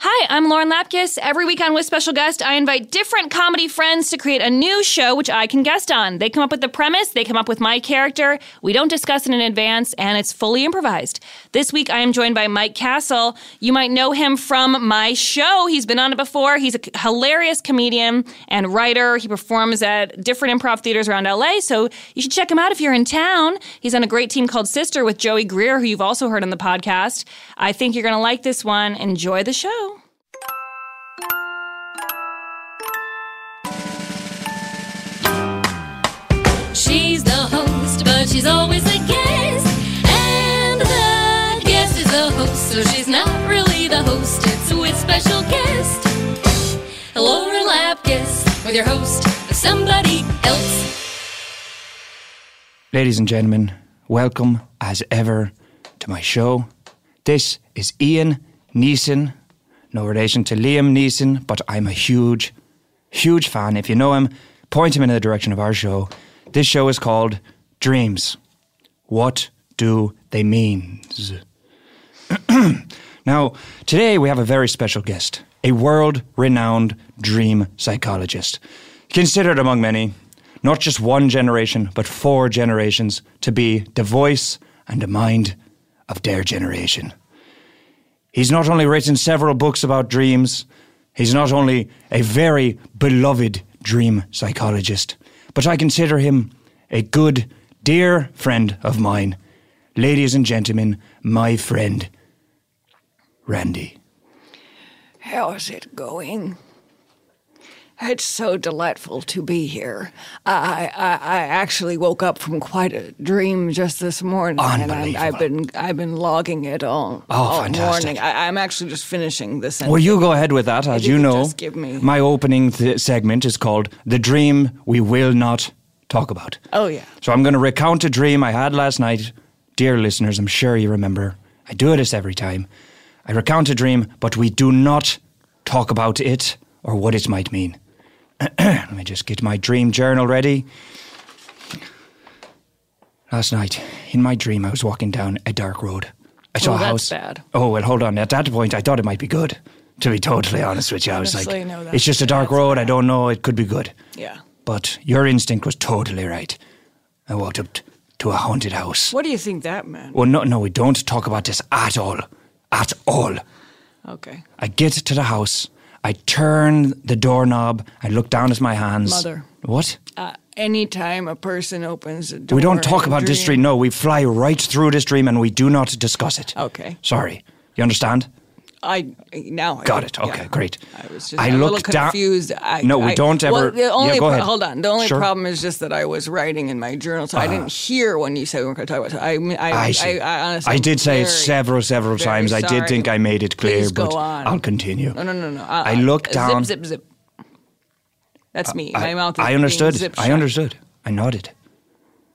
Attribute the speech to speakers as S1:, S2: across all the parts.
S1: Hi, I'm Lauren Lapkus. Every week on With Special Guest, I invite different comedy friends to create a new show which I can guest on. They come up with the premise, they come up with my character. We don't discuss it in advance, and it's fully improvised. This week, I am joined by Mike Castle. You might know him from my show. He's been on it before. He's a c- hilarious comedian and writer. He performs at different improv theaters around LA, so you should check him out if you're in town. He's on a great team called Sister with Joey Greer, who you've also heard on the podcast. I think you're going to like this one. Enjoy the show.
S2: She's the host, but she's always a guest. And the guest is the host, so she's not really the host. It's with special guest, Laura Lapkus, with your host, somebody else.
S3: Ladies and gentlemen, welcome as ever to my show. This is Ian Neeson, no relation to Liam Neeson, but I'm a huge, huge fan. If you know him, point him in the direction of our show. This show is called Dreams. What do they mean? now, today we have a very special guest, a world renowned dream psychologist, considered among many, not just one generation, but four generations, to be the voice and the mind of their generation. He's not only written several books about dreams, he's not only a very beloved dream psychologist, but I consider him a good, dear friend of mine. Ladies and gentlemen, my friend, Randy.
S4: How's it going? It's so delightful to be here. I, I, I actually woke up from quite a dream just this morning, and I'm, I've been I've been logging it all, all
S3: Oh, fantastic.
S4: morning. I, I'm actually just finishing this.
S3: Well, you go ahead with that. As
S4: you
S3: you
S4: could
S3: know,
S4: just give me-
S3: my opening th- segment is called The Dream We Will Not Talk About.
S4: Oh yeah,
S3: So I'm going to recount a dream I had last night. Dear listeners, I'm sure you remember. I do this every time. I recount a dream, but we do not talk about it or what it might mean. Let me just get my dream journal ready. Last night, in my dream, I was walking down a dark road. I saw
S4: Oh,
S3: a
S4: that's
S3: house.
S4: bad.
S3: Oh, well, hold on. At that point, I thought it might be good. To be totally honest with you, I was
S4: Honestly,
S3: like,
S4: no, that's-
S3: it's just a dark road. I don't know. It could be good.
S4: yeah.
S3: But your instinct was totally right. I walked up t- to a haunted house.
S4: What do you think that meant?
S3: Well, no, no, we don't talk about this at all. At all.
S4: Okay,
S3: I get to the house. I turn the doorknob. I look down at my hands.
S4: Mother.
S3: What?
S4: uh, anytime a person opens a door,
S3: we don't talk
S4: in a
S3: about this dream.
S4: dream-
S3: No, we fly right through this dream and we do not discuss it.
S4: Okay.
S3: Sorry. You understand?
S4: I now I
S3: Got
S4: do,
S3: it. Okay,
S4: yeah.
S3: great.
S4: I was just
S3: I
S4: a little
S3: looked down-
S4: confused. I,
S3: No, we
S4: I-
S3: don't ever-
S4: Well, the
S3: Yeah,
S4: only
S3: go
S4: pro-
S3: ahead.
S4: hold on. The only
S3: Sure. Ah.
S4: problem is just that I was writing in my journal, so I didn't hear when you said we were going to talk about. It. I, mean, I,
S3: I see.
S4: I, I honestly,
S3: I did say it
S4: very-
S3: several, several
S4: very
S3: times. I did
S4: sorry.
S3: think I made it clear,
S4: Please
S3: but
S4: go on.
S3: I'll continue.
S4: No, no, no, no.
S3: I looked down. Uh,
S4: Zip, zip, zip. That's me.
S3: I-
S4: my mouth. Is
S3: I
S4: being
S3: understood.
S4: zip
S3: I
S4: shut.
S3: understood. I nodded.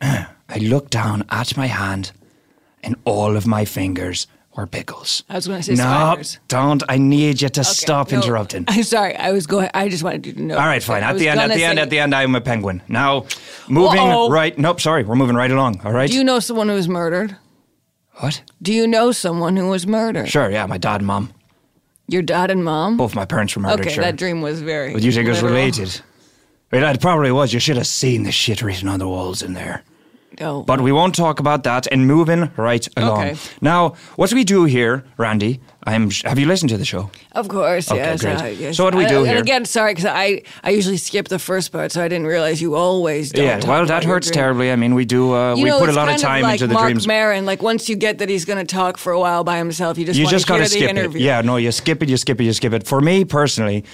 S3: I looked down at my hand, and all of my fingers were pickles.
S4: I was gonna say
S3: no,
S4: spiders.
S3: don't. I need you to
S4: Okay,
S3: stop
S4: no,
S3: interrupting.
S4: I'm sorry. I was going. I just wanted you to know.
S3: All right, fine.
S4: I
S3: At
S4: was
S3: the end, at
S4: gonna
S3: the end,
S4: say,
S3: at the end, I'm a penguin. Now, moving
S4: Uh-oh.
S3: right. Nope, sorry. We're moving right along. All right.
S4: Do you know someone who was murdered?
S3: what?
S4: Do you know someone who was murdered?
S3: Sure. Yeah, my dad and mom.
S4: Your dad and mom.
S3: Both my parents were murdered.
S4: okay,
S3: sure.
S4: that dream was very.
S3: But you think it was
S4: literal.
S3: related? Well, it probably was. You should have seen the shit written on the walls in there.
S4: Oh,
S3: But we won't talk about that and moving right along.
S4: Okay.
S3: Now, what we do here, Randy, I'm have you listened to the show?
S4: Of course,
S3: Okay,
S4: yes,
S3: great.
S4: I- yes.
S3: So what do we
S4: I-
S3: do
S4: and
S3: here?
S4: again, sorry, because I, I usually skip the first part, so I didn't realize you always don't.
S3: yeah,
S4: talk
S3: well
S4: about
S3: that
S4: your
S3: hurts
S4: dream.
S3: terribly. I mean, we do uh,
S4: You
S3: we
S4: know,
S3: put a
S4: it's
S3: lot of
S4: kind
S3: time
S4: like
S3: into the
S4: Mark
S3: dreams.
S4: Maron, like once you get that he's going to talk for a while by himself, you just
S3: you
S4: want
S3: just
S4: to hear
S3: gotta
S4: the
S3: skip it.
S4: interview.
S3: Yeah, no, you skip it, you skip it, you skip it. For me personally,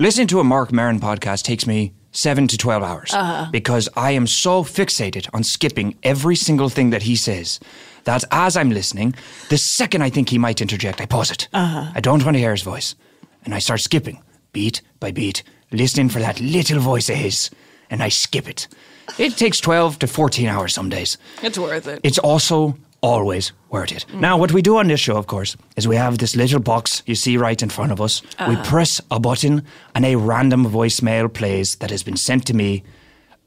S3: listening to a Mark Maron podcast takes me seven to twelve hours
S4: Uh-huh.
S3: because I am so fixated on skipping every single thing that he says that as I'm listening, the second I think he might interject, I pause it.
S4: Uh-huh.
S3: I don't want to hear his voice, and I start skipping beat by beat, listening for that little voice of his, and I skip it. It takes twelve to fourteen hours some days
S4: it's worth it.
S3: it's also always worth it. Now, what we do on this show, of course, is we have this little box you see right in front of us. We
S4: Uh-huh.
S3: press a button, and a random voicemail plays that has been sent to me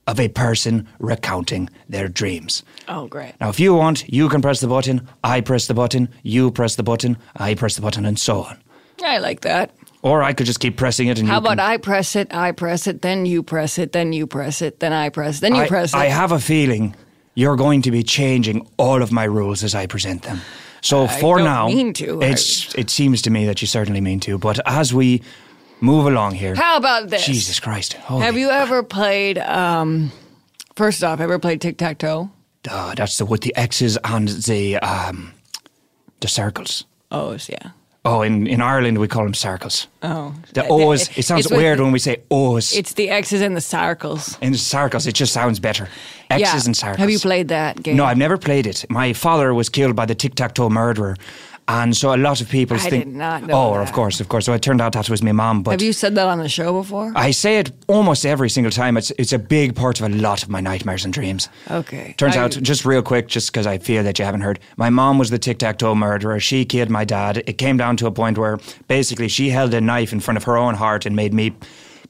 S3: of a person recounting their dreams.
S4: oh, great.
S3: Now, if you want, you can press the button, I press the button, you press the button, I press the button, and so on.
S4: I like that.
S3: Or I could just keep pressing it and
S4: How
S3: you
S4: about
S3: can,
S4: I press it, I press it, then you press it, then you press it, then I press, then you
S3: I,
S4: press it.
S3: I have a feeling you're going to be changing all of my rules as I present them. So for
S4: don't
S3: now,
S4: mean to. I-
S3: it's it seems to me that you certainly mean to. But as we move along here,
S4: How about this?
S3: Jesus Christ, holy
S4: Have you ever played? Um, first off, ever played tic tac toe?
S3: Ah, that's the with the X's and the um, the circles.
S4: Oh, it's- yeah.
S3: Oh, in, in Ireland we call them circles.
S4: Oh,
S3: The O's. It sounds
S4: it's with
S3: weird
S4: the-
S3: when we say O's.
S4: It's the X's and the circles.
S3: in circles, it just sounds better. X's
S4: yeah.
S3: and circles.
S4: Have you played that game?
S3: No, I've never played it. My father was killed by the tic tac toe murderer. And so a lot of people
S4: I
S3: think.
S4: did not
S3: oh,
S4: know
S3: of
S4: that.
S3: course, of course. So it turned out that was my mom. But
S4: Have you said that on the show before?
S3: I say it almost every single time. It's it's a big part of a lot of my nightmares and dreams.
S4: Okay.
S3: Turns
S4: I-
S3: out, just real quick, just because I fear that you haven't heard, my mom was the tic tac toe murderer. She killed my dad. It came down to a point where basically she held a knife in front of her own heart and made me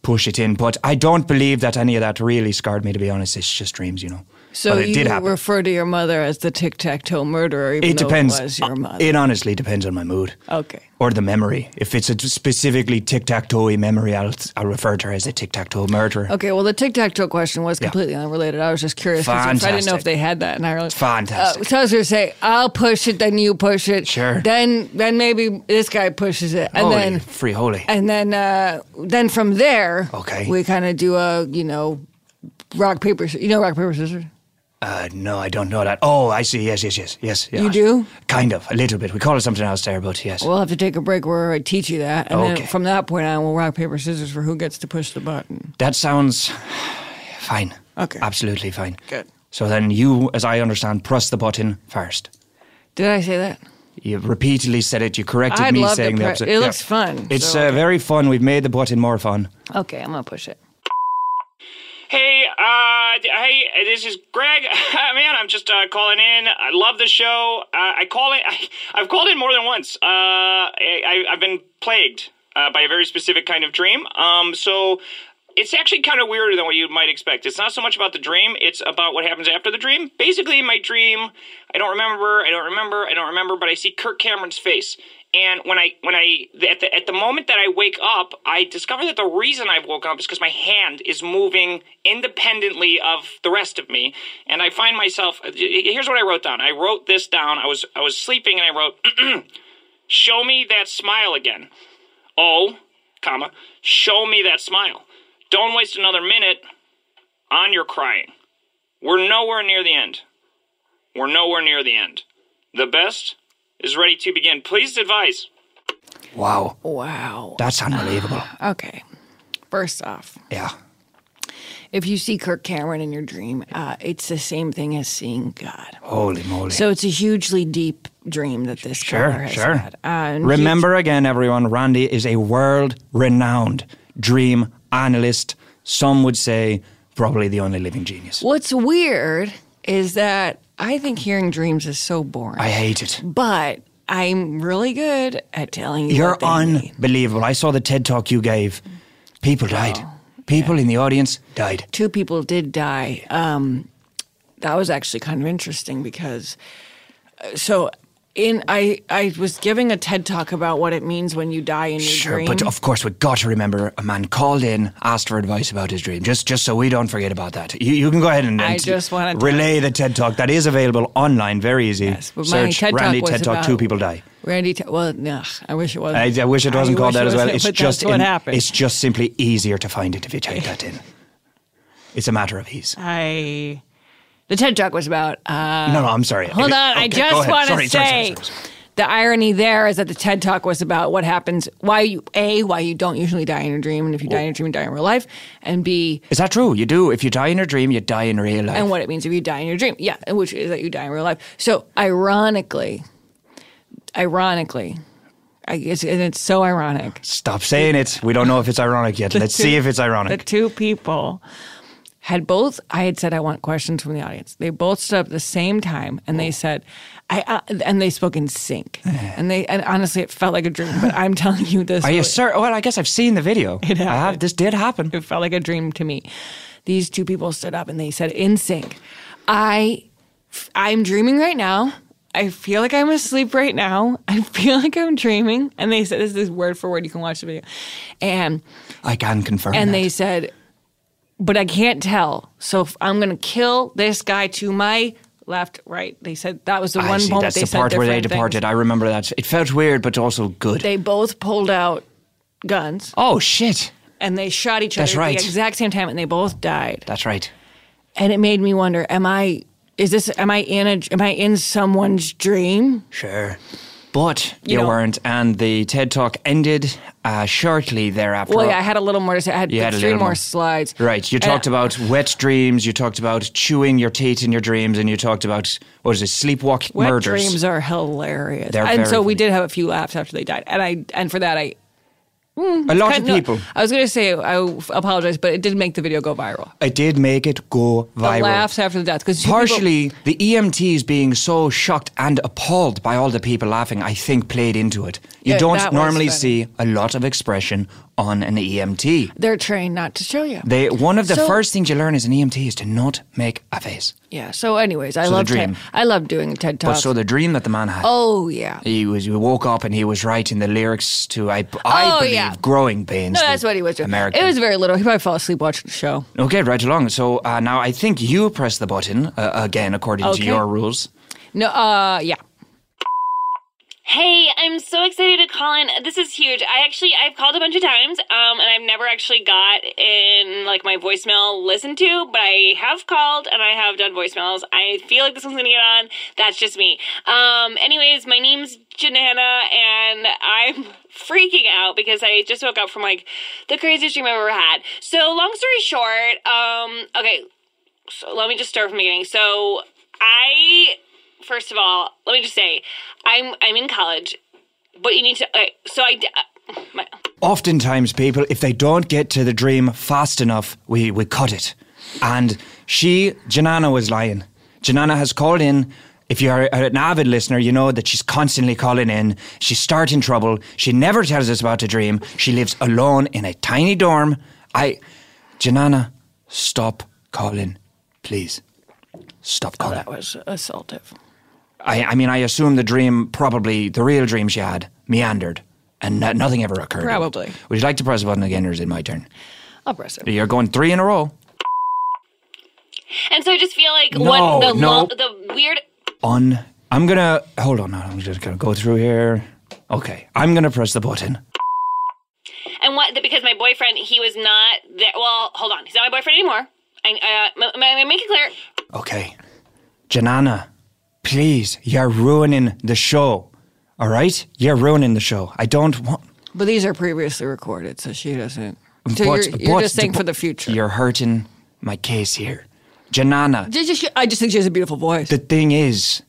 S3: push it in. But I don't believe that any of that really scarred me. To be honest, it's just dreams, you know.
S4: so
S3: but it
S4: you
S3: did happen.
S4: refer to your mother as the tic tac toe murderer, even
S3: it
S4: though
S3: depends. Uh,
S4: it was your mother.
S3: It honestly depends on my mood.
S4: Okay.
S3: Or the memory. If it's a specifically tic tac toe memory, I'll, I'll refer to her as a tic tac toe murderer.
S4: Okay, well, the tic tac toe question was
S3: Yeah.
S4: completely unrelated. I was just curious because I didn't know
S3: Fantastic.
S4: if they had that in Ireland.
S3: Fantastic.
S4: Uh, so I was going to say, I'll push it, then you push it.
S3: Sure.
S4: Then, then maybe this guy pushes it, and
S3: holy,
S4: then,
S3: free holy.
S4: and then, uh, then from there,
S3: Okay.
S4: we kind of do a, you know, rock paper. sc- You know, rock paper scissors.
S3: Uh, no, I don't know that. Oh, I see. Yes, yes, yes, yes. yes.
S4: You do?
S3: Kind of, a little bit. We call it something else there, but yes.
S4: We'll have to take a break where I teach you that, and
S3: Okay.
S4: then from that point on, we'll rock paper scissors for who gets to push the button.
S3: that sounds fine.
S4: Okay.
S3: Absolutely fine.
S4: Good.
S3: So then you, as I understand, press the button first.
S4: Did I say that?
S3: You repeatedly said it. You corrected
S4: I'd
S3: me
S4: love to
S3: saying the
S4: pre-
S3: opposite.
S4: it looks fun,
S3: It's
S4: so-
S3: uh, very fun. We've made the button more fun.
S4: Okay, I'm gonna push it.
S5: Hey, uh, d- hey, uh, this is Greg. Man, I'm just uh, calling in. I love the show. Uh, I call it. I, I've called in more than once. Uh, I, I, I've been plagued uh, by a very specific kind of dream. Um, so it's actually kind of weirder than what you might expect. It's not so much about the dream. It's about what happens after the dream. Basically, in my dream, I don't remember. I don't remember. I don't remember. But I see Kirk Cameron's face. And when I when I at the at the moment that I wake up, I discover that the reason I woke up is because my hand is moving independently of the rest of me, and I find myself. uh, Here's what I wrote down. I wrote this down. I was I was sleeping, and I wrote, "Show me that smile again." Oh, comma, show me that smile. Don't waste another minute on your crying. We're nowhere near the end. We're nowhere near the end. The best is ready to begin. Please advise.
S3: Wow.
S4: Wow.
S3: That's unbelievable.
S4: Okay. First off,
S3: yeah.
S4: if you see Kirk Cameron in your dream, uh, it's the same thing as seeing God.
S3: Holy moly.
S4: So it's a hugely deep dream that this
S3: Sure,
S4: caller has
S3: sure.
S4: had. Uh, and
S3: Remember again, everyone, Randy is a world renowned dream analyst. Some would say probably the only living genius.
S4: he- what's weird is that I think hearing dreams is so boring,
S3: I hate it.
S4: but I'm really good at telling you.
S3: You're
S4: what they mean.
S3: unbelievable. I saw the TED talk you gave. People died. People in the audience died.
S4: Two people did die. Um, that was actually kind of interesting because uh, so. In I I was giving a TED talk about what it means when you die in your
S3: Sure,
S4: dream.
S3: but oh, of course we got to remember a man called in, asked for advice about his dream. Just just so we don't forget about that. You, you can go ahead and,
S4: I
S3: and
S4: just wanted to-
S3: relay the TED talk that is available online, very easy.
S4: Yes, but my
S3: Search
S4: TED talk
S3: Randy
S4: was
S3: TED talk.
S4: about-
S3: Two people die.
S4: Randy, Ta- well, nah, I wish it
S3: I,
S4: wasn't.
S3: I wish it wasn't
S4: I
S3: called
S4: wish
S3: that as well.
S4: wasn't,
S3: It's
S4: but
S3: just
S4: that's what
S3: in-
S4: happened.
S3: it's just simply easier to find it if you type that in. It's a matter of ease.
S4: I. The TED Talk was about. Uh,
S3: no, no, I'm sorry.
S4: hold on, I
S3: Okay, go
S4: just
S3: ahead.
S4: want
S3: Sorry,
S4: to
S3: sorry,
S4: say
S3: sorry, sorry, sorry.
S4: the irony there is that the TED Talk was about what happens, why you a why you don't usually die in your dream, and if you die in your dream, you die in real life, and b
S3: Is that true? You do. If you die in a dream, you die in real life.
S4: and what it means if you die in your dream. Yeah, and which is that you die in real life. So ironically, ironically, I guess, and it's so ironic.
S3: Stop saying it. We don't know if it's ironic yet. Let's see if it's
S4: the
S3: ironic.
S4: two people had both i had said i want questions from the audience they both stood up at the same time and they said i uh, and they spoke in sync and they and honestly it felt like a dream but i'm telling you this
S3: Are you
S4: was-
S3: sure? Oh, Well, I guess I've seen the video. I have. This did happen.
S4: it felt like a dream to me these two people stood up and they said in sync i f- i'm dreaming right now I feel like I'm asleep right now. I feel like I'm dreaming. And they said, this is word for word. You can watch the video. And
S3: I can confirm.
S4: and
S3: that.
S4: they said, but I can't tell. So if I'm going to kill this guy to my left, right. They said that was the
S3: I
S4: one
S3: see.
S4: moment
S3: That's
S4: they
S3: the
S4: said
S3: part where they
S4: different things.
S3: departed. I remember that. It felt weird, but also good.
S4: They both pulled out guns
S3: oh shit!
S4: and they shot each
S3: That's
S4: other
S3: right.
S4: at the exact same time and they both died.
S3: That's right.
S4: And it made me wonder, am I is this am I in a am I in someone's dream?
S3: Sure. But you,
S4: You know-
S3: weren't, and the TED Talk ended uh, shortly thereafter.
S4: Well, yeah, I uh, had a little more to say. I had,
S3: You had a
S4: three
S3: little
S4: more,
S3: more.
S4: slides.
S3: Right. You
S4: And
S3: talked about wet dreams. You talked about chewing your teeth in your dreams, and you talked about what is it? Sleepwalk
S4: wet
S3: murders.
S4: dreams are hilarious.
S3: They're
S4: and
S3: very
S4: so we
S3: funny.
S4: did have a few laughs after they died. And I and for that I
S3: A lot of
S4: kind of-
S3: people.
S4: I was going to say I apologize, but it did make the video go viral.
S3: I did make it go
S4: The
S3: viral.
S4: laughs after the death because
S3: Partially, the E EMTs being so shocked and appalled by all the people laughing, I think played into it. You
S4: Yeah,
S3: don't
S4: that was
S3: normally
S4: funny.
S3: see a lot of expression on an EMT.
S4: they're trained not to show you.
S3: They one of the
S4: So-
S3: first things you learn as an EMT is to not make a face.
S4: yeah. So, anyways, I
S3: So the
S4: love TED.
S3: dream.
S4: I love doing TED
S3: But
S4: talks.
S3: so the dream that the man had.
S4: oh yeah.
S3: He was. He woke up and he was writing the lyrics to I. I
S4: Oh,
S3: believe
S4: yeah.
S3: growing pains.
S4: No,
S3: the
S4: that's what he was doing.
S3: American.
S4: It was very little. He probably fell asleep watching the show.
S3: okay. Right along. So uh, now I think you press the button uh, again according to
S4: Okay.
S3: your rules.
S4: No, uh, yeah.
S1: Hey, I'm so excited to call in. This is huge. I actually I've called a bunch of times, um, and I've never actually got in like my voicemail listened to, but I have called and I have done voicemails. I feel like this one's gonna get on. That's just me. Um, anyways, my name's Janana, and I'm freaking out because I just woke up from like the craziest dream I've ever had. So long story short, um, okay, so let me just start from the beginning. So I first of all, let me just say, I'm I'm in college, but you need to. Okay, so I. d- uh, My,
S3: Oftentimes, people, if they don't get to the dream fast enough, we, we cut it. And she, Janana, was lying. Janana has called in. If you're an avid listener, you know that she's constantly calling in. She's starting trouble. She never tells us about the dream. She lives alone in a tiny dorm. I, Janana, stop calling, please. Stop calling.
S4: That was assaultive.
S3: I, I mean, I assume the dream, probably the real dream she had, meandered, and no, nothing ever occurred.
S4: Probably.
S3: Would you like to press the button again, or is it my turn?
S4: I'll press it.
S3: You're going three in a row.
S1: and so I just feel like
S3: No,
S1: what the
S3: no.
S1: lo- the weird.
S3: On. I'm gonna hold on. I'm just gonna go through here. Okay, I'm gonna press the button.
S1: And what because my boyfriend he was not there. Well, hold on, he's not my boyfriend anymore. I, uh, m- m- make it clear.
S3: Okay, Janana, please, you're ruining the show. All right, you're ruining the show. I don't want.
S4: But these are previously recorded, so she doesn't.
S3: but-
S4: So you're, you're
S3: but
S4: just saying
S3: the-
S4: for the future.
S3: You're hurting my case here, Janana.
S4: Did you- I just think she has a beautiful voice.
S3: The thing is,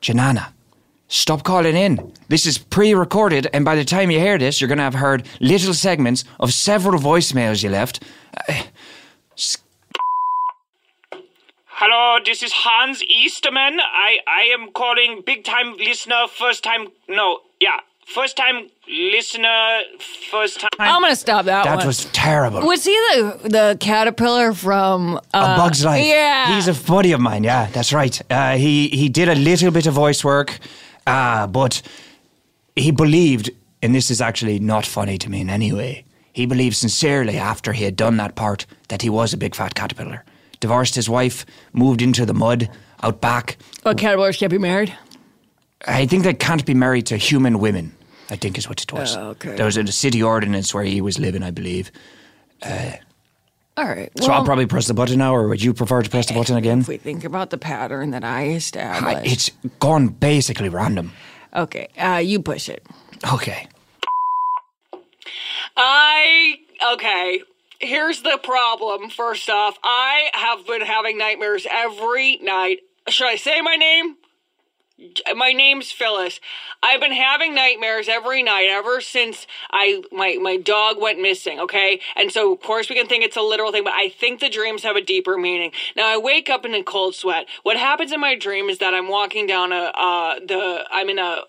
S3: Janana, stop calling in. This is pre recorded, and by the time you hear this, you're going to have heard little segments of several voicemails you left.
S6: Hello, this is Hans Easterman. I, I am calling big time listener, first time, no, yeah, first time listener, first time.
S4: I'm gonna stop that,
S3: That
S4: one.
S3: was terrible.
S4: was he the the caterpillar from uh,
S3: a Bug's Life.
S4: Yeah,
S3: He's a buddy of mine. Yeah, that's right. Uh, he, he did a little bit of voice work, uh, but he believed, and this is actually not funny to me in any way, he believed sincerely after he had done that part that he was a big fat caterpillar. Divorced his wife, moved into the mud out back.
S4: oh, caterpillars can't be married.
S3: I think they can't be married to human women. I think is what it was.
S4: Oh, okay.
S3: There was a city ordinance where he was living, I believe.
S4: All right.
S3: So I'll
S4: well,
S3: probably press the button now, or would you prefer to press the button again?
S4: if we think about the pattern that I
S3: I-
S4: established.
S3: It's gone basically random.
S4: okay, uh, you push it.
S3: Okay.
S7: I okay. Here's the problem. First off, I have been having nightmares every night. Should I say my name? J- My name's Phyllis. I've been having nightmares every night ever since I my my dog went missing, okay? And so of course we can think it's a literal thing, but I think the dreams have a deeper meaning. Now I wake up in a cold sweat. What happens in my dream is that I'm walking down a uh the I'm in a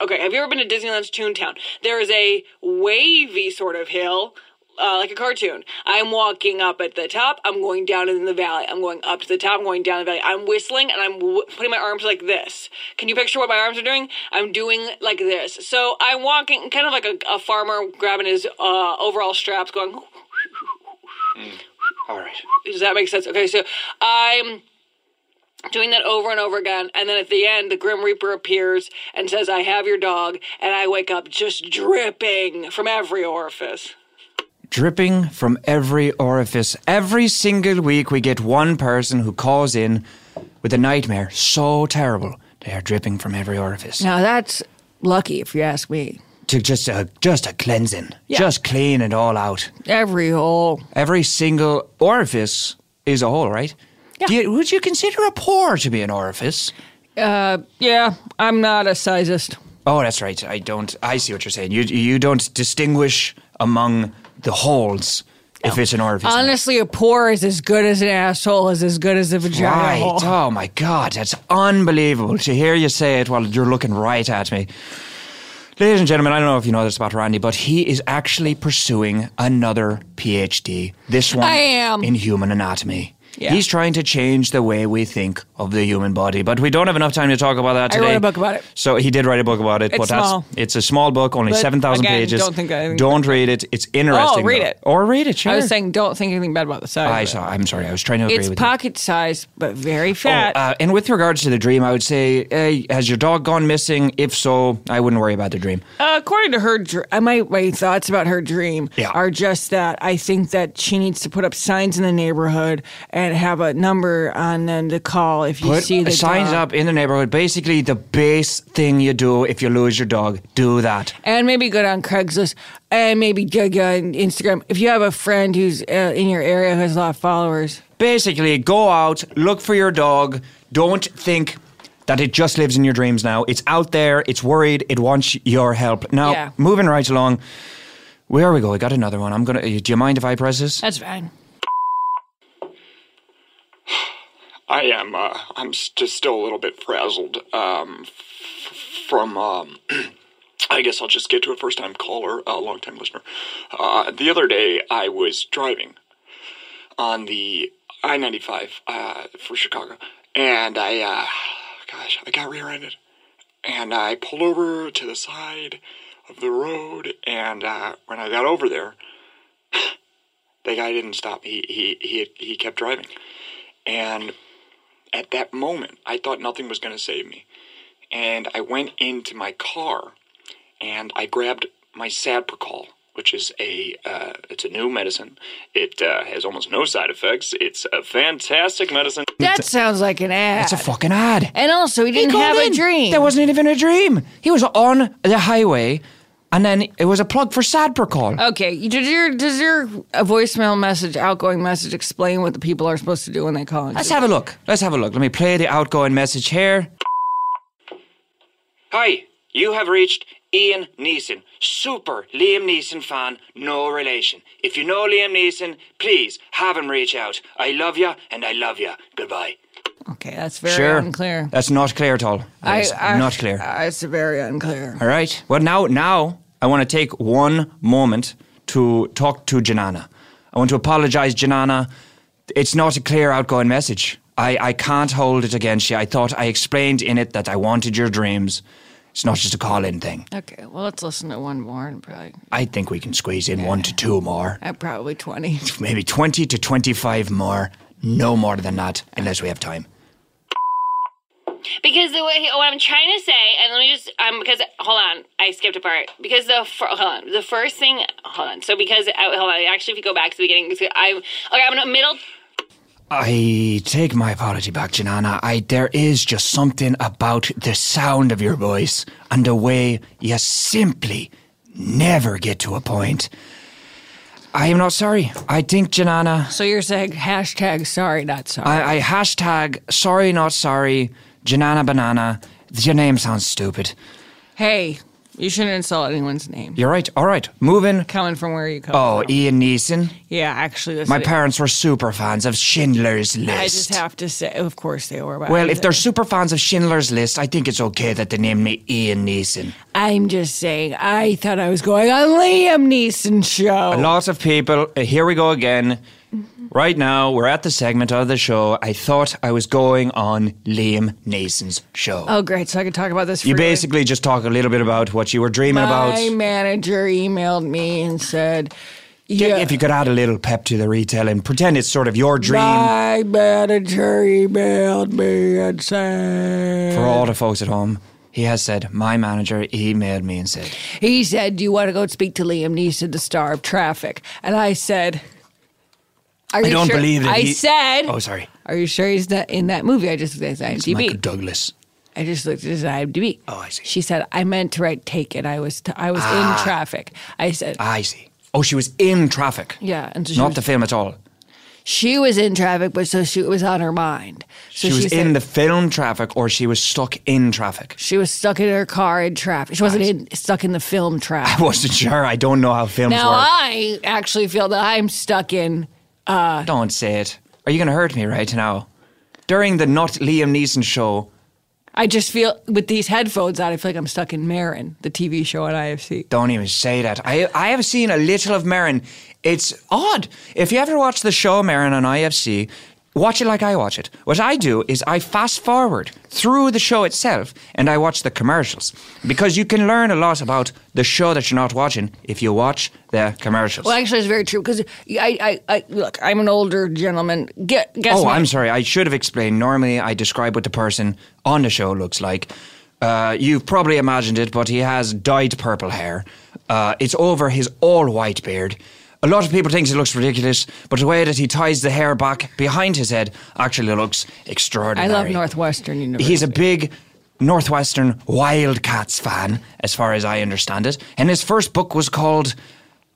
S7: Okay, have you ever been to Disneyland's Toontown? There is a wavy sort of hill
S8: uh, like a cartoon. I'm walking up at the top. I'm going down in the valley. I'm going up to the top. I'm going down the valley. I'm whistling and I'm w- putting my arms like this. Can you picture what my arms are doing? I'm doing like this. So I'm walking, kind of like a, a farmer grabbing his uh, overall straps, going.
S9: Mm. All right.
S8: Does that make sense? Okay, so I'm doing that over and over again, and then at the end, the Grim Reaper appears and says, "I have your dog," and I wake up just dripping from every orifice.
S3: dripping from every orifice. Every single week, we get one person who calls in with a nightmare so terrible they are dripping from every orifice.
S10: Now that's lucky, if you ask me.
S3: To just a just a cleansing, just clean it all out.
S10: Every hole.
S3: Every single orifice is a hole, right? Do you, would you consider a pore to be an orifice?
S4: Uh, yeah, I'm not a sizist.
S3: Oh, that's right. I don't. I see what you're saying. You you don't distinguish among the holes if it's an orifice. or not.
S4: Honestly, a pore is as good as an asshole is as good as a vagina
S3: Right.
S4: hole.
S3: Oh my God, that's unbelievable to hear you say it while you're looking right at me. Ladies and gentlemen, I don't know if you know this about Randy, but he is actually pursuing another PhD. This one
S4: I am.
S3: in human anatomy. He's trying to change the way we think of the human body, but we don't have enough time to talk about that
S4: I
S3: today.
S4: wrote a book about it.
S3: So he did write a book about it,
S4: It's
S3: but
S4: small.
S3: that's it's a small book, only
S4: But
S3: seven thousand
S4: again,
S3: pages.
S4: don't think I- Oh,
S3: Don't read it. It's interesting.
S4: read
S3: though.
S4: it.
S3: or read it. Sure.
S4: I was saying, don't think anything bad about the size.
S3: I
S4: of it.
S3: saw. I'm sorry. I was trying to agree
S4: It's
S3: with you.
S4: pocket sized, but very fat.
S3: Oh, uh, and with regards to the dream, I would say, hey, has your dog gone missing? If so, I wouldn't worry about the dream.
S4: Uh, according to her, dr- uh, my my thoughts about her dream
S3: Yeah.
S4: are just that I think that she needs to put up signs in the neighborhood and have a number on them to call if you
S3: Put
S4: see the
S3: signs
S4: dog.
S3: up in the neighborhood. Basically, the base thing you do if you lose your dog, do that.
S4: and maybe go on Craigslist and maybe dig on Instagram if you have a friend who's uh, in your area who has a lot of followers.
S3: Basically, go out, look for your dog. Don't think that it just lives in your dreams now. It's out there, it's worried, it wants your help. Now,
S4: Yeah.
S3: moving right along. Where we go? I got another one. I'm gonna. Do you mind if I press this?
S11: That's fine.
S9: I am. Uh, I'm s- just still a little bit frazzled um, f- from. Um, I guess I'll just get to a first-time caller, a long-time listener. Uh, the other day, I was driving on the I-95 uh, for Chicago, and I, uh, gosh, I got rear-ended, and I pulled over to the side of the road, and uh, when I got over there, the guy didn't stop. He he he he kept driving, and at that moment, I thought nothing was going to save me. And I went into my car and I grabbed my Sadpercol, which is a uh, it's a new medicine. It uh, has almost no side effects. It's a fantastic medicine.
S4: That sounds like an ad.
S3: It's a fucking ad.
S4: and also, he didn't
S3: called
S4: have a
S3: in.
S4: dream.
S3: There wasn't even a dream. He was on the highway, and then it was a plug for Sadpercol.
S4: Okay, you- did your does your uh, voicemail message, outgoing message, explain what the people are supposed to do when they call?
S3: Let's have a look. Let's have a look. Let me play the outgoing message here.
S9: Hi, you have reached Ian Neeson, super Liam Neeson fan, no relation. If you know Liam Neeson, please have him reach out. I love ya and I love ya. Goodbye.
S4: Okay, that's very
S3: Sure.
S4: unclear.
S3: That's not clear at all. That's not clear.
S4: Uh, it's very unclear.
S3: all right. Well, now, now I want to take one moment to talk to Janana. I want to apologize, Janana. It's not a clear outgoing message. I, I can't hold it against you. I thought I explained in it that I wanted your dreams. It's not just a call in thing.
S4: Okay, well, let's listen to one more and probably,
S3: I think we can squeeze in one to two more,
S4: uh, probably 20.
S3: maybe 20 to 25 more, no more than that, unless we have time.
S1: Because the way what I'm trying to say, and let me just um because hold on, I skipped a part. Because the fir- hold on, the first thing hold on. So because uh, hold on, actually, if you go back to the beginning, it's- I'm okay. I'm in the middle.
S3: I take my apology back, Janana. I there is just something about the sound of your voice and the way you simply never get to a point. I am not sorry. I think Janana.
S4: So you're saying hashtag sorry, not sorry.
S3: I, I hashtag sorry not sorry. Janana banana. Your name sounds stupid.
S4: hey, You shouldn't insult anyone's name.
S3: You're right. All right, moving.
S4: Coming from where you come.
S3: Oh, Ian Neeson.
S4: yeah. Actually, that's
S3: My
S4: what it-
S3: parents were super fans of Schindler's List.
S4: I just have to say, of course they were. But
S3: well,
S4: I-
S3: if they're super fans of Schindler's List, I think it's okay that they named me Ian Neeson.
S4: I'm just saying, I thought I was going on Liam Neeson show.
S3: Lots of people. uh, Here we go again.
S4: Mm-hmm.
S3: Right now, we're at the segment of the show. I thought I was going on Liam Neeson's show.
S4: Oh, great! So I can talk about this.
S3: you
S4: freely.
S3: basically just talk a little bit about what you were dreaming
S4: My
S3: about.
S4: manager emailed me and said, "Yeah,
S3: If you could add a little pep to the retelling, pretend it's sort of your dream.
S4: my manager emailed me and said."
S3: For all the folks at home, he has said, My manager emailed me and said,
S4: He said, Do you want to go speak to Liam Neeson, the star of traffic? And I said, Are
S3: I
S4: you
S3: don't
S4: sure?
S3: believe that
S4: I
S3: he-
S4: said,
S3: Oh, sorry.
S4: Are you sure he's not in that movie? I just looked at his
S3: It's
S4: IMDb.
S3: Michael Douglas.
S4: I just looked at his IMDb.
S3: Oh, I see. Ah.
S4: She said, I meant to write take it. I was, t- I was in traffic. I said,
S3: I see. Oh, she was in traffic.
S4: Yeah. And so she,
S3: Not
S4: was,
S3: the film at all.
S4: she was in traffic, but so she it was on her mind. So
S3: she was
S4: said-
S3: in the film traffic or she was stuck in traffic.
S4: She was stuck in her car in traffic. She wasn't in, stuck in the film traffic.
S3: I wasn't sure. I don't know how films
S4: Now
S3: work.
S4: I actually feel that I'm stuck in
S3: Don't say it. Are you going to hurt me right now? During the not Liam Neeson show,
S4: I just feel with these headphones on, I feel like I'm stuck in Marin, the TV show on IFC.
S3: don't even say that. I I have seen a little of Marin. It's odd. If you ever watch the show Marin on IFC, watch it like I watch it. What I do is I fast forward through the show itself and I watch the commercials because you can learn a lot about the show that you're not watching if you watch the commercials.
S4: Well, actually, it's very true because I, I, I, look, I'm an older gentleman. Get, guess
S3: Oh,
S4: what?
S3: I'm sorry. I should have explained. Normally, I describe what the person on the show looks like. Uh, you've probably imagined it, but he has dyed purple hair. Uh, it's over his all white beard. A lot of people think it looks ridiculous, but the way that he ties the hair back behind his head actually looks
S4: I
S3: extraordinary.
S4: love Northwestern University.
S3: He's a big Northwestern Wildcats fan, as far as I understand it. And his first book was called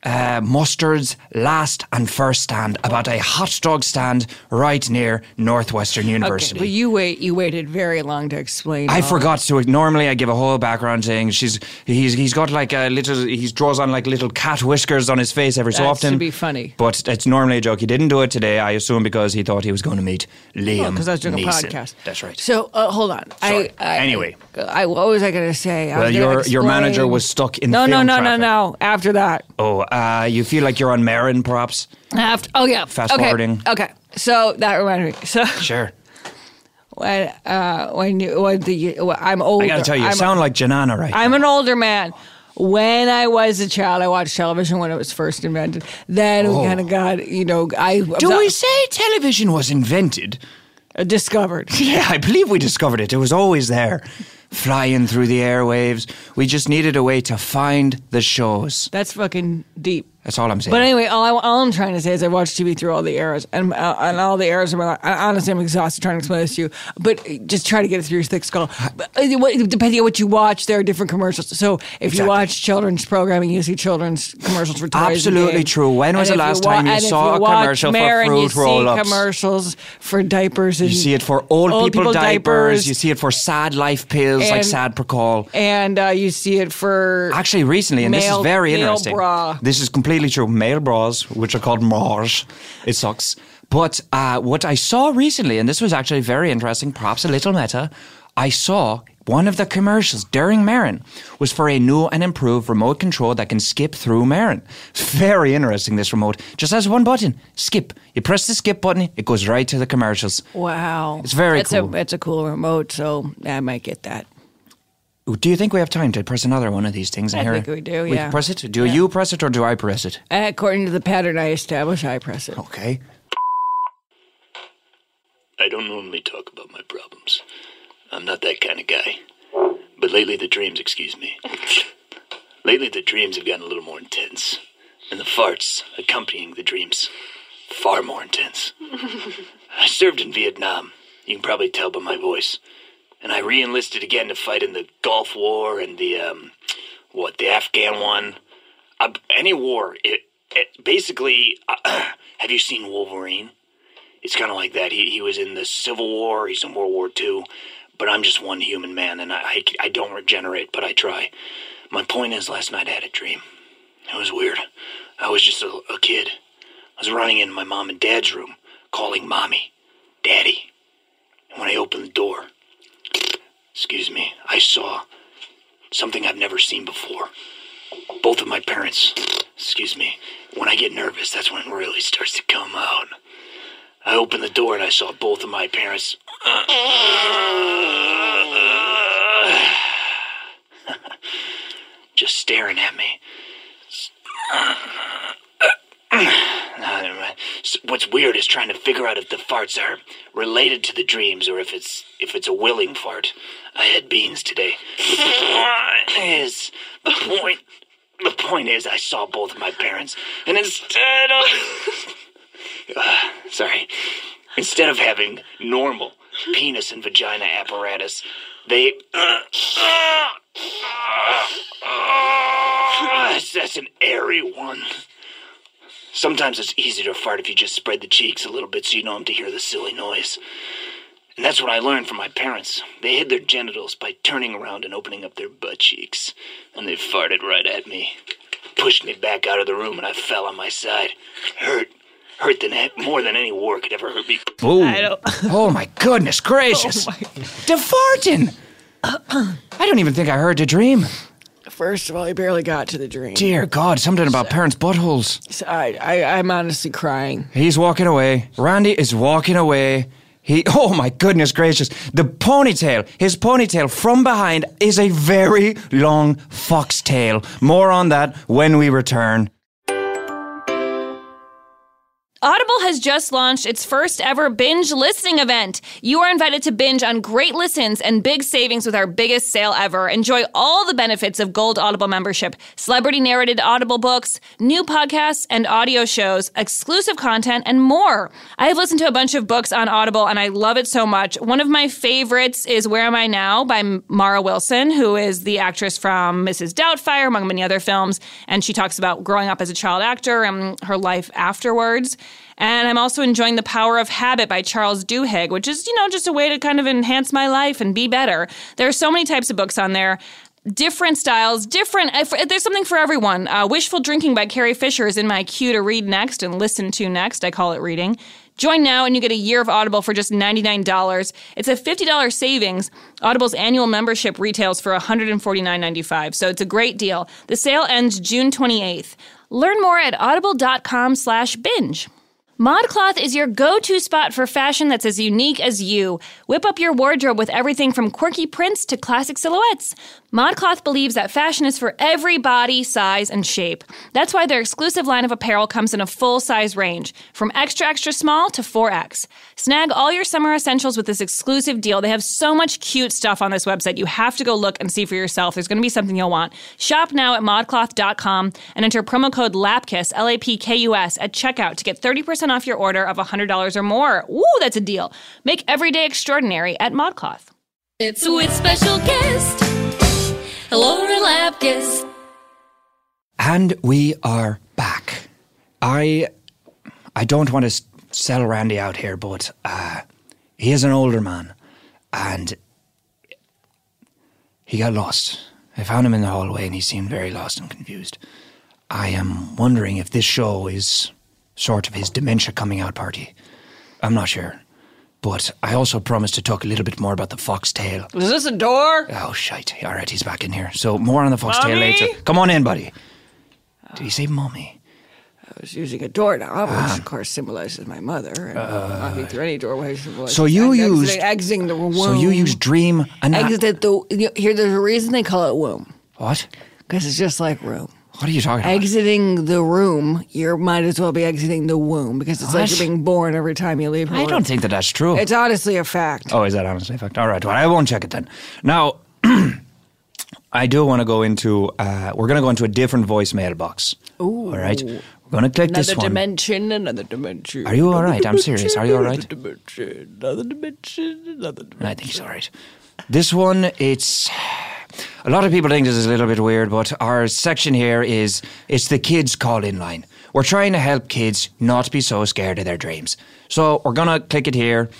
S3: uh, Mustard's Last and First Stand, about a hot dog stand right near Northwestern
S4: okay,
S3: University.
S4: but you wait. You waited very long to explain.
S3: I
S4: all-
S3: forgot to. Normally, I give a whole background thing. She's he's he's got like a little. He draws on like little cat whiskers on his face every so
S4: That's to
S3: often
S4: be funny.
S3: But it's normally a joke. He didn't do it today. I assume because he thought he was going to meet Liam.
S4: because I was doing
S3: Neeson.
S4: a podcast.
S3: That's right.
S4: So uh, hold on.
S3: Sorry.
S4: I, I,
S3: Anyway.
S4: I, what was I going to say? I
S3: Well,
S4: was gonna
S3: your- your manager
S4: explain-
S3: was stuck in
S4: No,
S3: film
S4: no, no,
S3: traffic.
S4: no, no. After that,
S3: Oh, uh, you feel like you're on Marin, perhaps?
S4: after oh yeah,
S3: Fast
S4: okay.
S3: forwarding.
S4: Okay, so that reminded me. So
S3: Sure.
S4: when uh, when you when the when I'm older.
S3: I gotta tell you, you
S4: I'm,
S3: sound like Janana right
S4: I'm an older man. When I was a child, I watched television when it was first invented. Then
S3: Oh.
S4: we kind of got, you know, I
S3: Do we say television was invented?
S4: discovered.
S3: Yeah, I believe we discovered it. It was always there, flying through the airwaves. We just needed a way to find the shows.
S4: That's fucking deep.
S3: That's all I'm saying.
S4: But anyway, all, I, all I'm trying to say is I watched TV through all the eras and uh, and all the eras of my life. I, honestly, I'm exhausted trying to explain this to you, but uh, just try to get it through your thick skull. But, uh, what- depending on what you watch, there are different commercials. So if you
S3: Exactly.
S4: watch children's programming, you see children's commercials for toys. and
S3: Absolutely
S4: games.
S3: true. When was
S4: And
S3: the
S4: if
S3: last time you
S4: and if
S3: saw a
S4: watch
S3: commercial for
S4: Mare and you
S3: fruit roll-ups?
S4: See commercials for diapers. And
S3: you see it for old, people, diapers. You see it for sad life pills like
S4: And-
S3: Sad Procol.
S4: and uh, you see it for
S3: Actually, recently, and this is
S4: Male-
S3: very
S4: male
S3: interesting.
S4: bra.
S3: This is completely true. Male bras, which are called mars, it sucks. But uh, what I saw recently, and this was actually very interesting, perhaps a little meta, I saw one of the commercials during Marin was for a new and improved remote control that can skip through Marin. Very interesting, this remote. Just has one button skip. You press the skip button, it goes right to the commercials.
S4: wow.
S3: It's very
S4: that's
S3: cool.
S4: A, that's a cool remote, so I might get that.
S3: Do you think we have time to press another one of these things?
S4: I
S3: here?
S4: think we do,
S3: We
S4: yeah.
S3: can press it. Do you press it or do I press it?
S4: According to the pattern I establish, I press it.
S3: Okay.
S9: I don't normally talk about my problems. I'm not that kind of guy. But lately, the dreams, excuse me. lately, the dreams have gotten a little more intense. And the farts accompanying the dreams, far more intense. I served in Vietnam. You can probably tell by my voice. And I re enlisted again to fight in the Gulf War and the, um, what, the Afghan one. Uh, any war, it, it basically. uh, have you seen Wolverine? it's kind of like that. He, he was in the Civil War, he's in World War II, but I'm just one human man and I, I, I don't regenerate, but I try. My point is, last night I had a dream. It was weird. I was just a, a kid. I was running into my mom and dad's room, calling mommy, daddy. And when I opened the door, excuse me, I saw something I've never seen before. Both of my parents, excuse me, when I get nervous, that's when it really starts to come out. I opened the door and I saw both of my parents. Just staring at me. Nah, never mind. S- What's weird is trying to figure out if the farts are related to the dreams or if it's if it's a willing fart. I had beans today. is the point? The point is, I saw both of my parents, and instead of sorry, instead of having normal penis and vagina apparatus, they that's an airy one. Sometimes it's easier to fart if you just spread the cheeks a little bit so you know 'em to hear the silly noise. And that's what I learned from my parents. They hid their genitals by turning around and opening up their butt cheeks. And they farted right at me. Pushed me back out of the room and I fell on my side. Hurt. Hurt than more than any war could ever hurt me.
S3: Ooh. oh my goodness gracious. The farting. I don't even think I heard the dream.
S4: First of all, you barely got to the dream.
S3: Dear God, something about parents' buttholes.
S4: So I, I, I'm honestly crying.
S3: He's walking away. Randy is walking away. He, oh my goodness gracious. The ponytail, his ponytail from behind is a very long foxtail. More on that when we return.
S1: Audible has just launched its first ever binge listening event. You are invited to binge on great listens and big savings with our biggest sale ever. Enjoy all the benefits of Gold Audible membership celebrity narrated Audible books, new podcasts and audio shows, exclusive content, and more. I have listened to a bunch of books on Audible and I love it so much. One of my favorites is Where Am I Now by Mara Wilson, who is the actress from Mrs. Doubtfire, among many other films. And she talks about growing up as a child actor and her life afterwards. And I'm also enjoying The Power of Habit by Charles Duhigg, which is, you know, just a way to kind of enhance my life and be better. There are so many types of books on there. Different styles, different. if- if There's something for everyone. Uh, Wishful Drinking by Carrie Fisher is in my queue to read next and listen to next. I call it reading. Join now and you get a year of Audible for just $99. It's a $50 savings. Audible's annual membership retails for $149.95, so it's a great deal. The sale ends June 28th. Learn more at audible.com slash binge. ModCloth is your go-to spot for fashion that's as unique as you. Whip up your wardrobe with everything from quirky prints to classic silhouettes. ModCloth believes that fashion is for every body, size, and shape. That's why their exclusive line of apparel comes in a full-size range, from extra extra small to 4X. Snag all your summer essentials with this exclusive deal. They have so much cute stuff on this website. You have to go look and see for yourself. There's going to be something you'll want. Shop now at modcloth.com and enter promo code LAPKIS, L A P K U S, at checkout to get 30% off your order of $100 or more. Woo, that's a deal. Make every day extraordinary at ModCloth.
S12: It's with special guest Laura Lapkus.
S3: And we are back. I I don't want to sell Randy out here, but uh, he is an older man, and he got lost. I found him in the hallway, and he seemed very lost and confused. I am wondering if this show is sort of his dementia coming out party. I'm not sure, but I also promised to talk a little bit more about the foxtail.
S13: Is this a door?
S3: Oh shite! All right, he's back in here. So more on the foxtail later. Come on in, buddy. Did he say mommy?
S4: I was using a doorknob,
S3: Ah.
S4: which of course symbolizes my mother. And walking through any doorway symbolizes.
S3: Uh, So you
S4: exiting-
S3: used-
S4: exiting the womb.
S3: So you use dream and
S4: exit the you- here. There's a reason they call it womb
S3: what?
S4: because it's just like room.
S3: What are you talking about?
S4: Exiting the room, you might as well be exiting the womb because it's
S3: What?
S4: like you're being born every time you leave.
S3: I
S4: her
S3: don't think that that's true.
S4: It's honestly a fact.
S3: oh, is that honestly a fact? All right, well, I won't check it then. Now, I do want to go into. Uh, we're going to go into a different voicemail box. Ooh. All right, we're going to click
S4: Another
S3: this one.
S4: dimension, another dimension.
S3: Are you all right? I'm serious. Are you all right?
S4: Another dimension, another dimension, another dimension.
S3: I think he's all right. This one, it's a lot of people think this is a little bit weird, but our section here is it's the kids call in line. We're trying to help kids not be so scared of their dreams. So we're gonna click it here.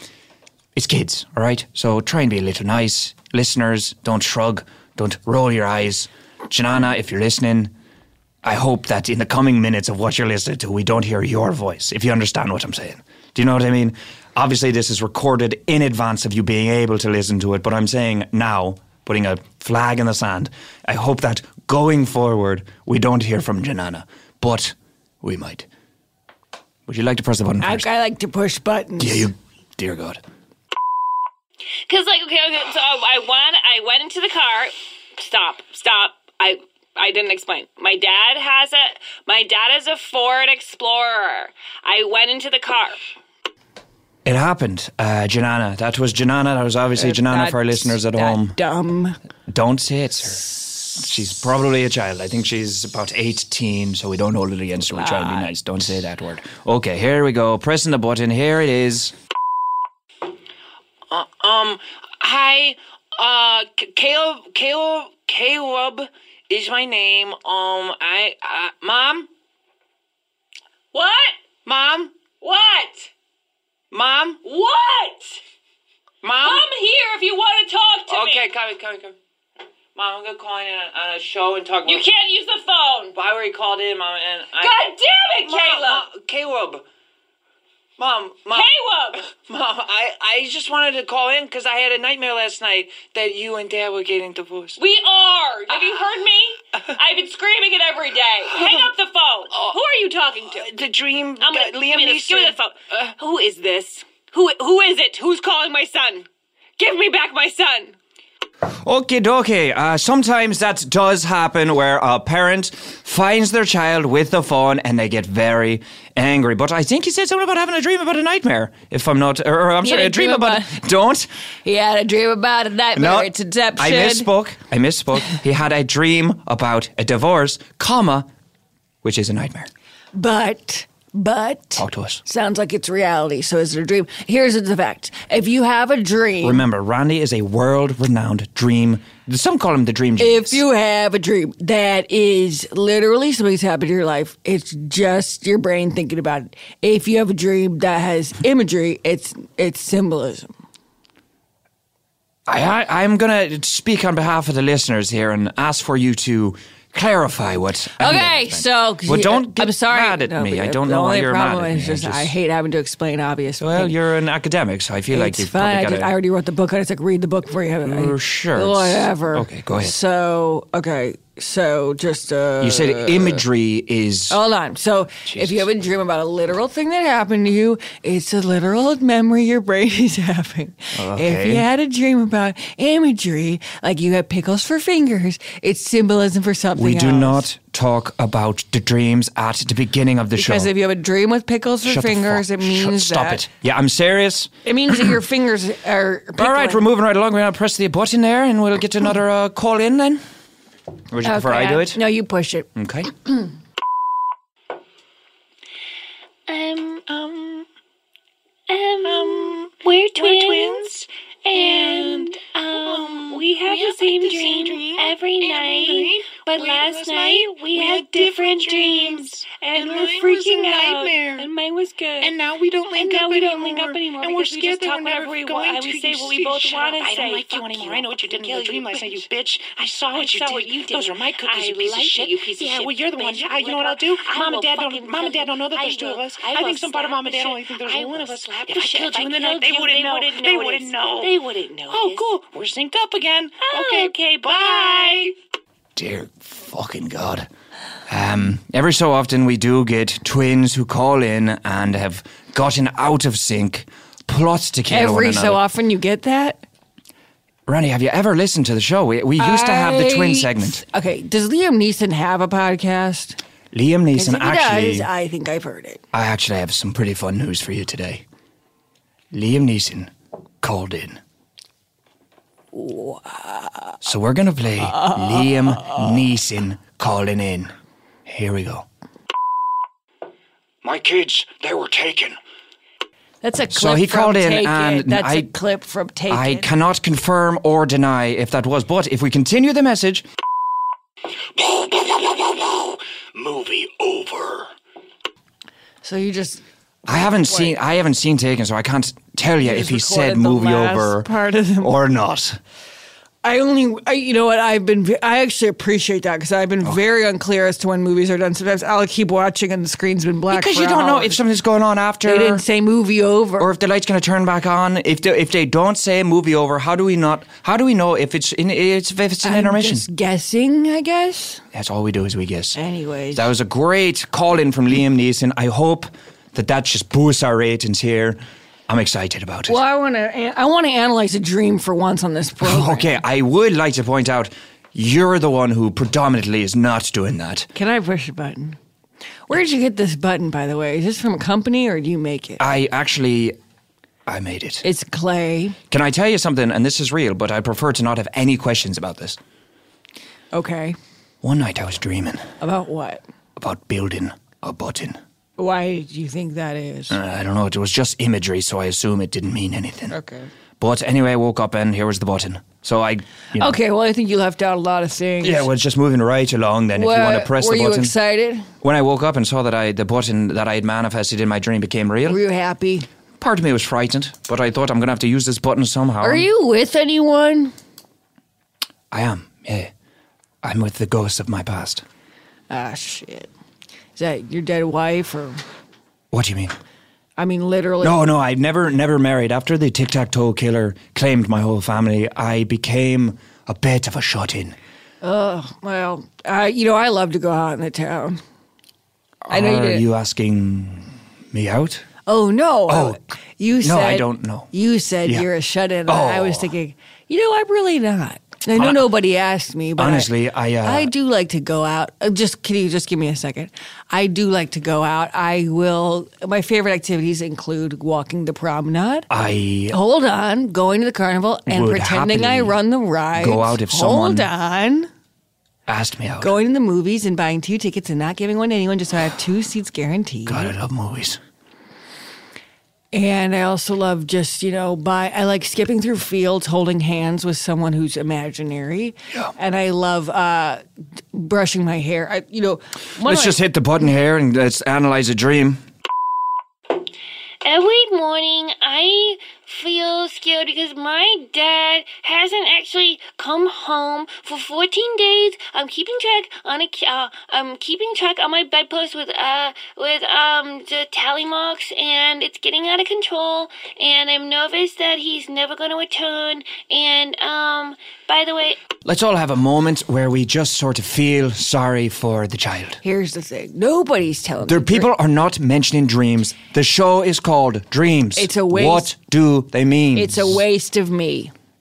S3: It's kids, all right? So try and be a little nice. Listeners, don't shrug, don't roll your eyes. Janana, if you're listening, I hope that in the coming minutes of what you're listening to, we don't hear your voice, if you understand what I'm saying. Do you know what I mean? Obviously, this is recorded in advance of you being able to listen to it, but I'm saying now, putting a flag in the sand, I hope that going forward, we don't hear from Janana, but we might. Would you like to press the button
S4: I,
S3: first?
S4: I like to push buttons.
S3: yeah, you, dear God.
S12: Cause like okay, okay. So I, I went, I went into the car. Stop, stop. I I didn't explain. My dad has a my dad is a Ford Explorer. I went into the car.
S3: It happened, uh, Janana. That was Janana. Uh, That was obviously Janana for our listeners at
S4: That
S3: home.
S4: Dumb.
S3: Don't say it's her. She's probably a child. I think she's about 18, so we don't hold it against her. We try to be nice. Don't say that word. Okay, here we go. Pressing the button. Here it is.
S13: Um, hi, uh, C- Caleb, Caleb, Caleb is my name. Um, I, uh, mom? What? Mom? What? Mom? What? Mom?
S12: Come here if you want to talk to me.
S13: okay, come, come, come. Mom, I'm gonna call in on, on a show and talk about.
S12: You can't use the phone.
S13: I already called in, Mom, and I.
S12: God damn it,
S13: Mom,
S12: Caleb.
S13: Mom, Caleb! Mom, Mom.
S12: Caleb.
S13: Mom, I, I just wanted to call in because I had a nightmare last night that you and Dad were getting divorced.
S12: We are. Have you heard me? I've been screaming it every day. Hang up the phone. Who are you talking to?
S13: the dream.
S12: I'm
S13: guy-
S12: gonna,
S13: Oh. Uh, Liam
S12: Um, give me this-
S13: Neeson. Uh.
S12: Give me the phone. who is this? Who who is it? Who's calling my son? Give me back my son.
S3: Okay, dokie. Uh, sometimes that does happen where a parent finds their child with the phone and they get very angry. But I think he said something about having a dream about a nightmare. If I'm not, or, or I'm sorry,
S1: had
S3: a
S1: a
S3: dream
S1: dream
S3: about. Don't.
S4: He had a dream about a nightmare. it's a deception.
S3: I misspoke. I misspoke. he had a dream about a divorce, comma, which is a nightmare.
S4: But, but.
S3: Talk to us.
S4: Sounds like it's reality. So is it a dream? Here's the fact: if you have a dream,
S3: Remember, Randy is a world-renowned dream. Some call him the dream genius.
S4: if you have a dream that is literally something's happened in your life, it's just your brain thinking about it. If you have a dream that has imagery, it's it's symbolism.
S3: I, I, I'm going to speak on behalf of the listeners here and ask for you to clarify what. I'm gonna
S4: Okay,
S3: explain.
S4: so
S3: well, don't get
S4: I'm sorry.
S3: mad at
S4: No,
S3: me.
S4: but
S3: I don't
S4: the
S3: know why
S4: only
S3: you're mad
S4: problem
S3: at me.
S4: is just, I
S3: just-
S4: hate having to explain obvious.
S3: Well,
S4: things.
S3: you're an academic, so I feel like
S4: It's
S3: you've
S4: fine. I,
S3: probably
S4: did-
S3: got
S4: I
S3: to.
S4: already wrote the book on it. It's like read the book before you have it.
S3: Uh,
S4: I-
S3: sure, it's-
S4: Whatever.
S3: okay, go ahead.
S4: So okay, so just uh,
S3: You said imagery is.
S4: Hold on. So, if you have a dream about a literal thing that happened to you, it's a literal memory your brain is having. If
S3: Okay.
S4: you had a dream about imagery, like you had pickles for fingers, it's symbolism for something.
S3: we do
S4: else.
S3: not talk about the dreams at the beginning of the show.
S4: Because if you have a dream with pickles for
S3: Shut the
S4: fingers,
S3: fuck-
S4: it means
S3: Shut, stop
S4: that
S3: it. Yeah, I'm serious.
S4: it means that your fingers are. Pickling.
S3: All right, we're moving right along. We're gonna press the button there, and we'll get another uh, call in then. Would you prefer I do it?
S4: No, you push it.
S3: Okay.
S12: Um um um, we're twins, and um we have the same dream, every, night, But last night we, had different dreams, and, we're freaking out. And mine was good. And now we don't link up. we don't link up anymore. And we're scared we just talk whatever we want. and we say what we both want to say.
S13: I don't like you anymore. I know what you did in your dream last night, you bitch. I saw what,
S12: I
S13: you,
S12: saw
S13: did.
S12: what you did.
S13: Those are my cookies,
S12: I
S13: you piece of
S12: liked
S13: shit.
S12: it, you piece of
S13: yeah,
S12: shit,
S13: well, you're the one.
S12: bitch.
S13: I, you know
S12: Look,
S13: what I'll do?
S12: I
S13: Mom and
S12: will
S13: Dad don't.
S12: fucking
S13: Mom and
S12: tell
S13: Dad don't know that
S12: you.
S13: there's
S12: I
S13: two of
S12: will-
S13: us.
S12: I
S13: I,
S12: will
S13: think some part of
S12: slap
S13: Mom and
S12: the
S13: Dad
S12: shit-
S13: only think there's
S12: I
S13: one
S12: will
S13: of us.
S12: slap
S13: If
S12: the
S13: I
S12: shit-
S13: killed
S12: if
S13: you
S12: I
S13: in the night,
S12: killed
S13: they
S12: you,
S13: wouldn't
S12: they
S13: know.
S12: wouldn't
S13: They
S12: notice.
S13: wouldn't know.
S12: They wouldn't
S13: Oh,
S12: notice.
S13: cool. We're synced up again.
S12: Okay, okay, bye.
S3: Dear fucking God. Um, every so often we do get twins who call in and have gotten out of sync, plots to kill one
S4: Every
S3: another.
S4: so often, you get that.
S3: Ronnie, have you ever listened to the show? We, we used to have the twin
S4: I-
S3: segment.
S4: Okay, does Liam Neeson have a podcast?
S3: Liam
S4: 'Cause
S3: Neeson
S4: if he
S3: actually.
S4: does, I think I've heard it.
S3: I actually have some pretty fun news for you today. Liam Neeson called in. So we're gonna play Liam Neeson calling in. Here we go.
S9: My kids, they were taken.
S4: That's a clip
S3: So he
S4: from
S3: called in
S4: Take
S3: and
S4: It. That's a
S3: I-
S4: clip from Take
S3: I
S4: It.
S3: cannot confirm or deny if that was, but if we continue the message,
S9: Movie over.
S4: so you just
S3: I haven't seen I haven't seen Taken, so I can't tell you if he
S4: just
S3: said
S4: recorded the
S3: movie
S4: last
S3: over
S4: part of the-
S3: or not.
S4: I only, I, you know what? I've been, ve- I actually appreciate that because I've been
S3: Oh.
S4: very unclear as to when movies are done. Sometimes I'll keep watching and the screen's been black
S3: Because
S4: for
S3: you don't know
S4: hours.
S3: if something's going on after.
S4: they didn't say movie over.
S3: or if the light's going to turn back on. If they, if they don't say movie over, how do we not? How do we know if it's in, it's if it's an intermission?
S14: Just guessing, I guess.
S3: That's all we do is we guess.
S14: Anyways.
S3: that was a great call in from Liam Neeson. I hope that that just boosts our ratings here. I'm excited about it.
S4: well, I want to, I want to analyze a dream for once on this program.
S3: Okay, I would like to point out you're the one who predominantly is not doing that.
S4: Can I push a button? Where did you get this button, by the way? Is this from a company or do you make it?
S3: I actually. I made it.
S4: It's clay.
S3: Can I tell you something? And this is real, but I prefer to not have any questions about this.
S4: Okay.
S3: One night I was dreaming
S4: About what?
S3: about building a button.
S4: Why do you think that is?
S3: Uh, I don't know. It was just imagery, so I assume it didn't mean anything.
S4: Okay.
S3: But anyway, I woke up and here was the button. So I. You know,
S4: Okay, well, I think you left out a lot of things.
S3: Yeah, well, it's just moving right along then. if you want
S4: Were-
S3: to press
S4: were
S3: the
S4: you
S3: button.
S4: excited?
S3: when I woke up and saw that I the button that I had manifested in my dream became real,
S4: Were you happy?
S3: part of me was frightened, but I thought I'm gonna have to use this button somehow.
S14: Are you with anyone?
S3: I am. Yeah, I'm with the ghosts of my past.
S4: Ah, shit. Is that your dead wife or?
S3: What do you mean?
S4: I mean, literally.
S3: No, no, I never, never married. After the tic tac toe killer claimed my whole family, I became a bit of a shut in.
S4: Well, I, you know, I love to go out in the town. I know you
S3: Are
S4: didn't.
S3: you asking me out?
S4: oh no!
S3: Oh,
S4: you
S3: no,
S4: said
S3: I don't know.
S4: You said
S3: Yeah.
S4: you're a shut in. I was
S3: Oh.
S4: thinking, you know, I'm really not. I know
S3: Hon-
S4: nobody asked me, but
S3: Honestly, I, uh,
S4: I do like to go out. Uh, Just can you just give me a second? I do like to go out. I will. My favorite activities include walking the promenade.
S3: I
S4: Hold on, going to the carnival and
S3: Would
S4: pretending I
S3: happily
S4: run the ride.
S3: go out if
S4: Hold
S3: someone-
S4: on.
S3: asked me out.
S4: Going to the movies and buying two tickets and not giving one to anyone just so I have two seats guaranteed.
S3: God, I love movies.
S4: And I also love just, you know, by I like skipping through fields holding hands with someone who's imaginary.
S3: Yeah.
S4: And I love uh d- brushing my hair. I you know, one
S3: Let's
S4: of my-
S3: just hit the button here and let's analyze a dream.
S12: Every morning, I feel scared because my dad hasn't actually come home for 14 days. I'm keeping track on a, ca- uh, I'm keeping track on my bedpost with uh with um the tally marks, and it's getting out of control. And I'm nervous that he's never going to return. And um, by the way,
S3: Let's all have a moment where we just sort of feel sorry for the child.
S4: here's the thing. Nobody's telling
S3: The
S4: me.
S3: people are not mentioning dreams. The show is called Dreams.
S4: It's a waste.
S3: What do they mean?
S4: It's a waste of me.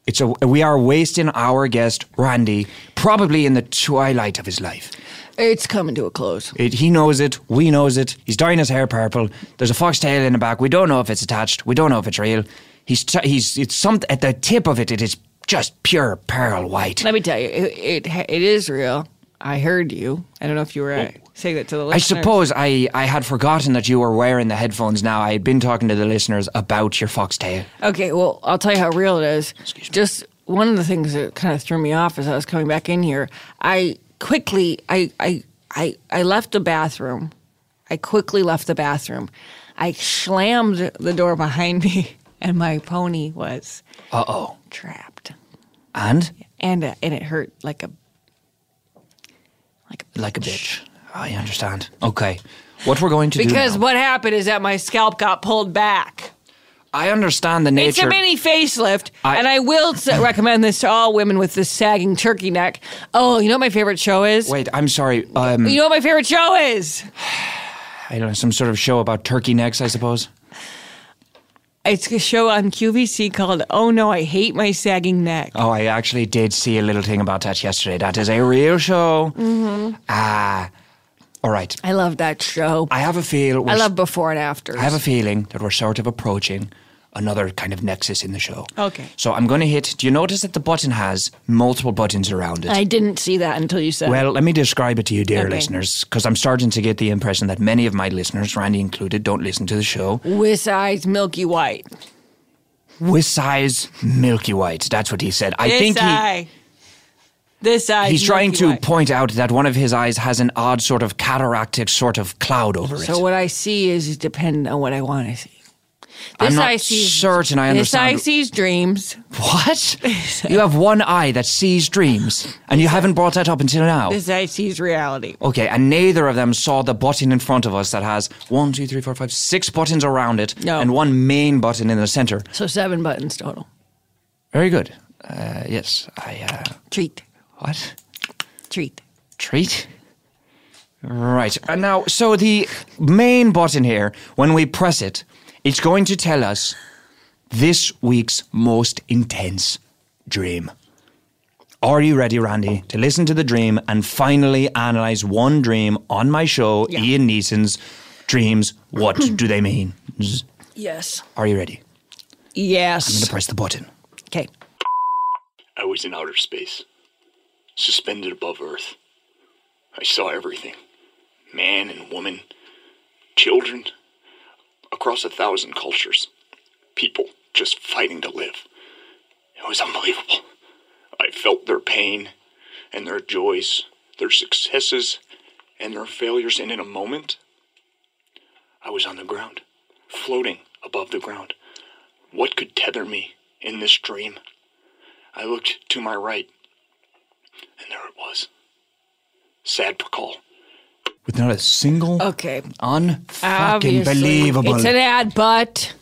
S3: It's a. We are wasting our guest Randy, probably in the twilight of his life.
S4: It's coming to a close.
S3: It, he knows it. We knows it. He's dyeing his hair purple. There's a foxtail in the back. We don't know if it's attached. We don't know if it's real. He's t- he's it's some at the tip of it. It is just pure pearl white.
S4: Let me tell you, it it, it is real. I heard you. I don't know if you were uh, saying that to the
S3: Oh. I
S4: listeners.
S3: suppose I, I had forgotten that you were wearing the headphones. Now I had been talking to the listeners about your foxtail.
S4: Okay, well, I'll tell you how real it is. Just one of the things that kind of threw me off as I was coming back in here, I quickly, I, I, I, I left the bathroom. I quickly left the bathroom. I slammed the door behind me, and my pony was
S3: Uh oh.
S4: trapped,
S3: And
S4: and uh, and it hurt like a like a
S3: like a bitch. I understand. Okay. What we're going to
S4: because
S3: do now-
S4: what happened is that my scalp got pulled back.
S3: I understand the
S4: It's
S3: nature.
S4: a mini facelift,
S3: I-
S4: and I will s- recommend this to all women with this sagging turkey neck. Oh, you know what my favorite show is?
S3: Wait, I'm sorry. Um,
S4: You know what my favorite show is?
S3: I don't know some sort of show about turkey necks, I suppose.
S4: It's a show on QVC called "Oh No, I Hate My Sagging Neck."
S3: Oh, I actually did see a little thing about that yesterday. That is a real show.
S4: Mm-hmm.
S3: Ah, all right.
S4: I love that show.
S3: I have a feel.
S4: I love before and after.
S3: I have a feeling that we're sort of approaching another kind of nexus in the show.
S4: Okay.
S3: So I'm going to hit. Do you notice that the button has multiple buttons around it?
S4: I didn't see that until you said.
S3: well, let me describe it to you, dear
S4: Okay.
S3: listeners, because I'm starting to get the impression that many of my listeners, Randy included, don't listen to the show.
S4: with eyes milky white.
S3: With size Milky White. That's what he said. I
S4: this
S3: think he.
S4: eye. This eye.
S3: He's
S4: is
S3: trying
S4: milky
S3: to
S4: white.
S3: point out that one of his eyes has an odd sort of cataractic sort of cloud over it.
S4: So what I see is dependent on what I want to see.
S3: I'm
S15: This
S3: not
S15: eye sees-
S3: certain I
S15: This eye
S3: understand.
S15: sees dreams.
S3: What? you have one eye that sees dreams, and you haven't brought that up until now.
S15: This eye sees reality.
S3: Okay, and neither of them saw the button in front of us that has one, two, three, four, five, six buttons around it,
S15: No.
S3: and one main button in the center.
S15: So seven buttons total.
S3: Very good. Uh, yes, I. Uh,
S15: Treat.
S3: what
S15: Treat.
S3: treat? Right. And now, so the main button here, when we press it, it's going to tell us this week's most intense dream. Are you ready, Randy, to listen to the dream and finally analyze one dream on my show, Ian Neeson's dreams? What do they mean? Zzz.
S4: Yes.
S3: Are you ready? I'm going
S15: Yes.
S3: to press the button.
S15: Okay.
S9: I was in outer space, suspended above Earth. I saw everything man and woman, children, across a thousand cultures, people just fighting to live. It was unbelievable. I felt their pain and their joys, their successes and their failures, and in a moment, I was on the ground, floating above the ground. What could tether me in this dream? I looked to my right, and there it was. Sad Pakal.
S3: With not a single
S4: Okay.
S3: unfucking believable.
S15: It's an ad, but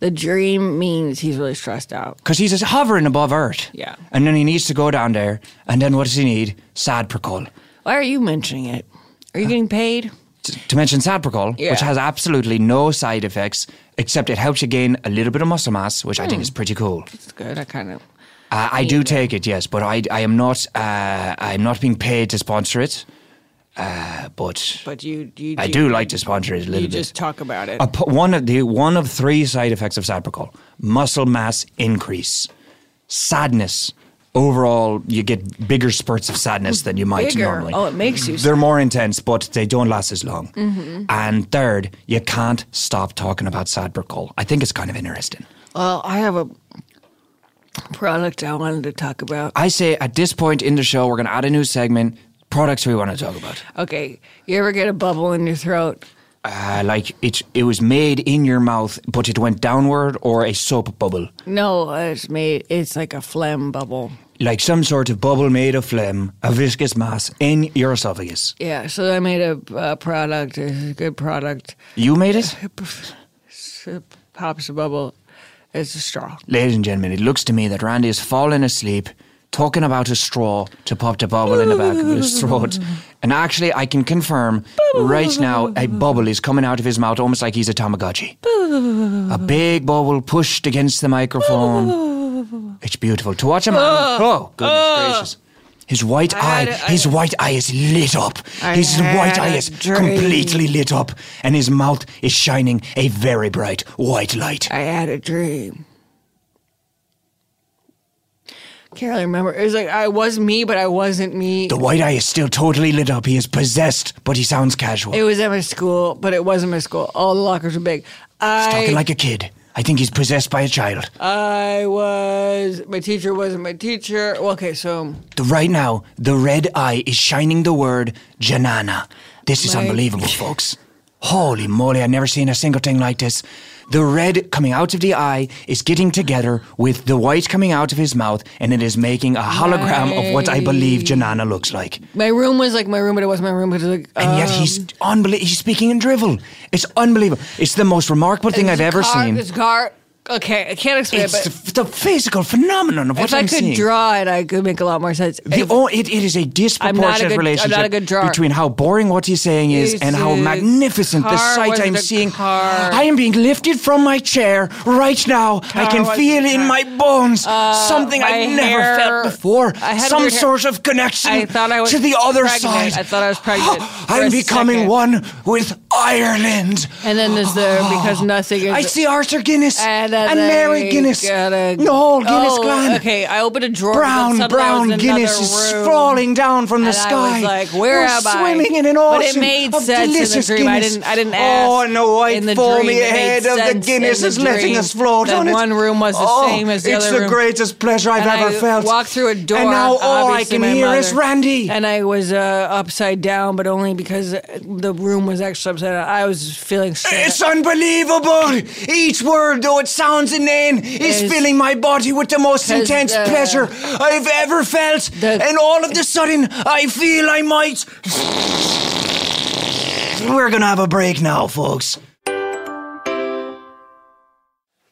S4: The dream means he's really stressed out.
S3: Because he's just hovering above Earth.
S15: Yeah.
S3: And then he needs to go down there. And then what does he need? Sad Percol.
S4: Why are you mentioning it? Are you getting paid?
S3: To mention Sad Percol,
S15: Yeah.
S3: which has absolutely no side effects, except it helps you gain a little bit of muscle mass, which I think
S15: Hmm.
S3: is pretty cool.
S15: it's good. I kind of.
S3: Uh, I do take it, yes, but I, I am not uh, I am not being paid to sponsor it. Uh, but,
S15: But you, you.
S3: I do like to sponsor it a little
S15: You
S3: bit.
S15: just talk about it.
S3: A po- one of the one of three side effects of Sapricol: muscle mass increase, sadness. Overall, you get bigger spurts of sadness than you might
S4: Bigger?
S3: normally.
S4: Oh, it makes you Mm-hmm.
S3: They're more intense, but they don't last as long. And third, you can't stop talking about Sapricol. I think it's kind of interesting.
S4: Well, I have a product I wanted to talk about.
S3: I say at this point in the show, we're going to add a new segment: products we want to talk about.
S4: Okay. You ever get a bubble in your throat?
S3: Uh, like it, it was made in your mouth, but it went downward, or a soap bubble.
S4: No, it's made. It's like a phlegm bubble.
S3: like some sort of bubble made of phlegm, a viscous mass in your esophagus.
S4: Yeah. So I made a uh, product. It's a good product.
S3: You made it?
S4: It pops a bubble. It's a straw.
S3: Ladies and gentlemen, it looks to me that Randy has fallen asleep talking about a straw to pop the bubble in the back of his throat. And actually, I can confirm right now a bubble is coming out of his mouth almost like he's a Tamagotchi. A big bubble pushed against the microphone. It's beautiful to watch him. Oh, goodness gracious. His white eye, his white eye is lit up. his white eye is completely lit up, and his mouth is shining a very bright white light.
S4: I had a dream. Can't really remember. It was like I was me, but I wasn't me.
S3: The white eye is still totally lit up. He is possessed, but he sounds casual.
S4: It was at my school, but it wasn't my school. All the lockers were big. I
S3: Talking like a kid. I think he's possessed by a child.
S4: I was my teacher wasn't my teacher. Well, okay, so
S3: The- right now, the red eye is shining the word Janana. This is unbelievable, folks. Holy moly, I've never seen a single thing like this. The red coming out of the eye is getting together with the white coming out of his mouth, and it is making a hologram of what I believe Janana looks like.
S4: my room was like my room, but it wasn't my room. But it was like um,
S3: And yet he's unbelievable. He's speaking in drivel. It's unbelievable. It's the most remarkable thing I've ever
S4: car,
S3: seen.
S4: This car. Okay, I can't explain
S3: It's
S4: it, but
S3: the, the physical phenomenon of what
S4: if I
S3: I'm
S4: could
S3: seeing.
S4: draw it, I could make a lot more sense.
S3: the,
S4: If-
S3: oh, it, it is a
S4: I'm not a
S3: disproportionate
S4: good-
S3: relationship
S4: I'm not a good drawer.
S3: between how boring what he's saying is
S4: It's
S3: and how
S4: a
S3: magnificent the
S4: car,
S3: sight
S4: was
S3: I'm
S4: it a
S3: seeing.
S4: car?
S3: I am being lifted from my chair right now. I can
S4: was it
S3: feel
S4: a
S3: in
S4: car? Uh,
S3: my bones something
S4: my
S3: I've
S4: hair-
S3: never felt before.
S4: I had
S3: Some
S4: weird hair.
S3: sort of connection
S4: I thought I was
S3: to the other
S4: pregnant.
S3: side.
S4: I thought I was pregnant for
S3: I'm
S4: a
S3: becoming
S4: second.
S3: one with Ireland.
S4: and then there's the because nothing is.
S3: Oh, I see Arthur Guinness and,
S4: And then
S3: Mary
S4: they
S3: Guinness.
S4: got a-
S3: Noel Guinness
S4: oh,
S3: Glenn
S4: Okay, I opened a drawer. because
S3: brown,
S4: something was in
S3: brown
S4: another
S3: Guinness is
S4: room.
S3: falling down from the
S4: And I
S3: sky.
S4: was like, where
S3: We're
S4: am I?
S3: swimming in an
S4: But it
S3: ocean
S4: made
S3: of
S4: sense in the
S3: delicious
S4: dream. I
S3: Guinness.
S4: didn't- I didn't
S3: Oh,
S4: ask
S3: and the white
S4: in the
S3: foamy
S4: dream. It made
S3: head of the
S4: sense
S3: Guinness
S4: in the
S3: is letting
S4: dream
S3: us float
S4: that
S3: on it.
S4: one room was the
S3: Oh,
S4: same as the
S3: it's
S4: other
S3: the
S4: room.
S3: greatest pleasure I've
S4: And
S3: ever
S4: I
S3: felt.
S4: walked through a door.
S3: and now all I
S4: obviously,
S3: can
S4: my
S3: hear is
S4: mother.
S3: Randy.
S4: And I was uh, upside down, but only because uh, the room was actually upside and I was feeling sick.
S3: It's unbelievable! Each word, though it sounds inane, is
S4: There's-
S3: filling my body with the most
S4: There's
S3: intense
S4: the-
S3: pleasure I've ever felt,
S4: The-
S3: and all of the sudden, I feel I might. We're gonna have a break now, folks.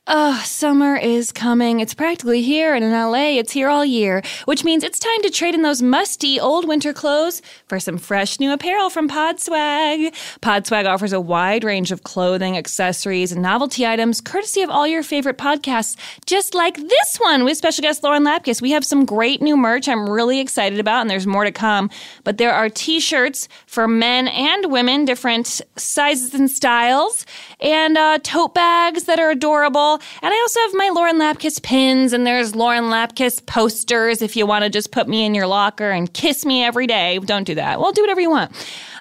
S1: Ugh, summer is coming. It's practically here, and in LA, it's here all year, which means it's time to trade in those musty old winter clothes for some fresh new apparel from Podswag. Podswag offers a wide range of clothing, accessories, and novelty items courtesy of all your favorite podcasts, just like this one with special guest Lauren Lapkus. We have some great new merch I'm really excited about, and there's more to come. But there are t shirts for men and women, different sizes and styles, and uh, tote bags that are adorable. And I also have my Lauren Lapkus pins, and there's Lauren Lapkus posters if you want to just put me in your locker and kiss me every day. Don't do that. Well, do whatever you want.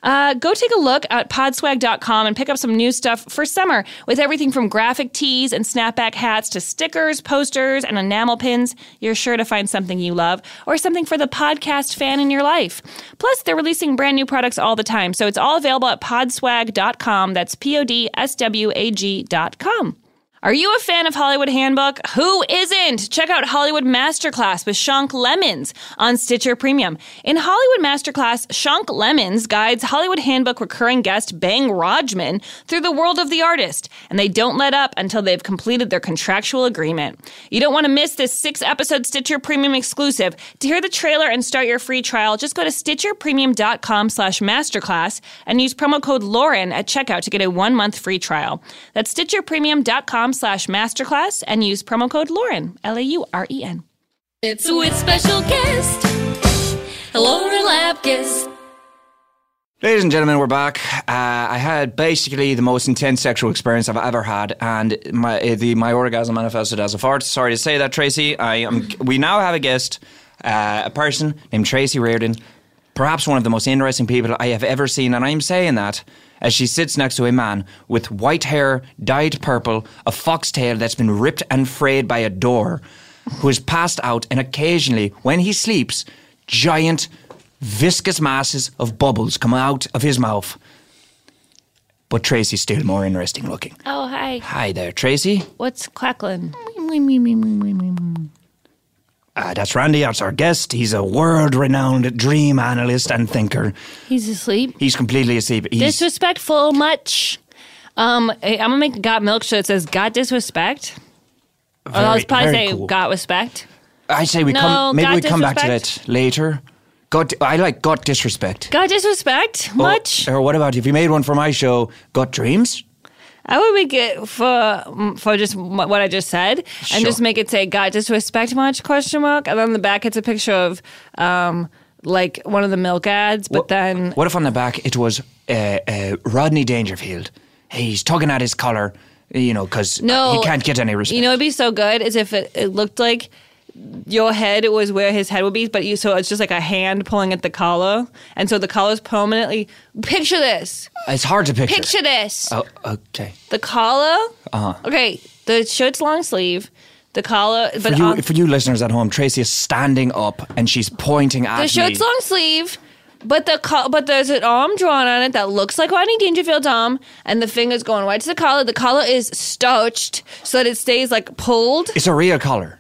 S1: Uh, go take a look at podswag.com and pick up some new stuff for summer with everything from graphic tees and snapback hats to stickers, posters, and enamel pins. You're sure to find something you love or something for the podcast fan in your life. Plus, they're releasing brand new products all the time, so it's all available at podswag.com. That's P O D S W A G.com. Are you a fan of Hollywood Handbook? Who isn't? Check out Hollywood Masterclass with Shank Lemons on Stitcher Premium. In Hollywood Masterclass, Shank Lemons guides Hollywood Handbook recurring guest Bang Rajman through the world of the artist, and they don't let up until they've completed their contractual agreement. You don't want to miss this six episode Stitcher Premium exclusive. To hear the trailer and start your free trial, just go to stitcherpremium.com slash masterclass and use promo code Lauren at checkout to get a one month free trial. That's stitcherpremium.com slash masterclass and use promo code Lauren, L A U R E N.
S12: It's with special guest Lauren Lapkus.
S3: Ladies and gentlemen, we're back. Uh, I had basically the most intense sexual experience I've ever had, and my uh, the my orgasm manifested as a fart. Sorry to say that, Tracy. I am. We now have a guest, uh, a person named Tracy Reardon, perhaps one of the most interesting people I have ever seen, and I am saying that as she sits next to a man with white hair dyed purple, a foxtail that's been ripped and frayed by a door, who is passed out, and occasionally, when he sleeps, giant viscous masses of bubbles come out of his mouth. But Tracy's still more interesting looking.
S1: Oh, hi.
S3: Hi there, Tracy.
S1: What's quacklin?
S3: Uh, that's Randy. That's our guest. He's a world renowned dream analyst and thinker.
S1: He's asleep.
S3: He's completely asleep. He's,
S1: Disrespectful much. Um, I'm gonna make a got milk show that says got disrespect.
S3: very,
S1: I was probably
S3: very
S1: say
S3: cool.
S1: got respect.
S3: I say we
S1: No,
S3: come. Maybe
S1: God
S3: we come back to that
S1: disrespect.
S3: later. God, I like God disrespect.
S1: Got disrespect much.
S3: Or, or what about if you made one for my show? God dreams.
S1: I would make it for for just m- what I just said, and
S3: Sure.
S1: just make it say "God disrespect much?" question mark, and then on the back it's a picture of um like one of the milk ads, but
S3: Wha-
S1: then
S3: what if on the back it was uh, uh, Rodney Dangerfield? He's tugging at his collar, you know, because
S1: no,
S3: he can't get any respect.
S1: You know, it'd be so good is if it, it looked like your head was where his head would be, but you so it's just like a hand pulling at the collar, and so the collar's permanently. Picture this.
S3: it's hard to picture.
S1: Picture this.
S3: Oh, okay.
S1: The collar. Uh-huh. Okay, the shirt's long sleeve. The collar, but
S3: For you,
S1: on-
S3: for you listeners at home, Tracy is standing up and she's pointing at
S1: The shirt's
S3: me.
S1: long sleeve, but the col- but there's an arm drawn on it that looks like Rodney Dangerfield's arm, and the finger's going right to the collar. The collar is starched so that it stays like pulled.
S3: It's a real collar.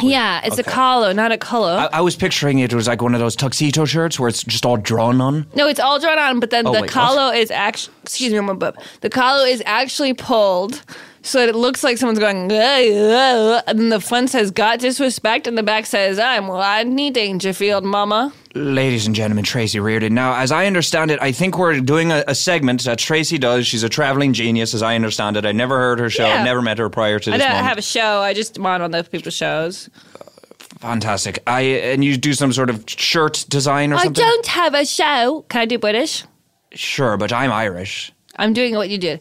S1: yeah, it's a
S3: okay.
S1: collar, not a collar.
S3: I, I was picturing it was like one of those tuxedo shirts where it's just all drawn on.
S1: no, it's all drawn on, but then
S3: Oh,
S1: the
S3: wait,
S1: collar is actually excuse me, my bub. The collar is actually pulled. So that it looks like someone's going, "Ugh, ugh," and then the front says "Got disrespect," and the back says, "I'm Rodney Dangerfield, Mama."
S3: Ladies and gentlemen, Tracy Reardon. Now, as I understand it, I think we're doing a, a segment that Tracy does. She's a traveling genius, as I understand it. I never heard her show,
S1: Yeah.
S3: never met her prior to
S1: I
S3: this
S1: don't
S3: moment.
S1: have a show. I just mod on those people's shows.
S3: Fantastic. I and you do some sort of shirt design or
S1: I
S3: something.
S1: don't have a show. Can I do British?
S3: Sure, but I'm Irish.
S1: I'm doing what you did.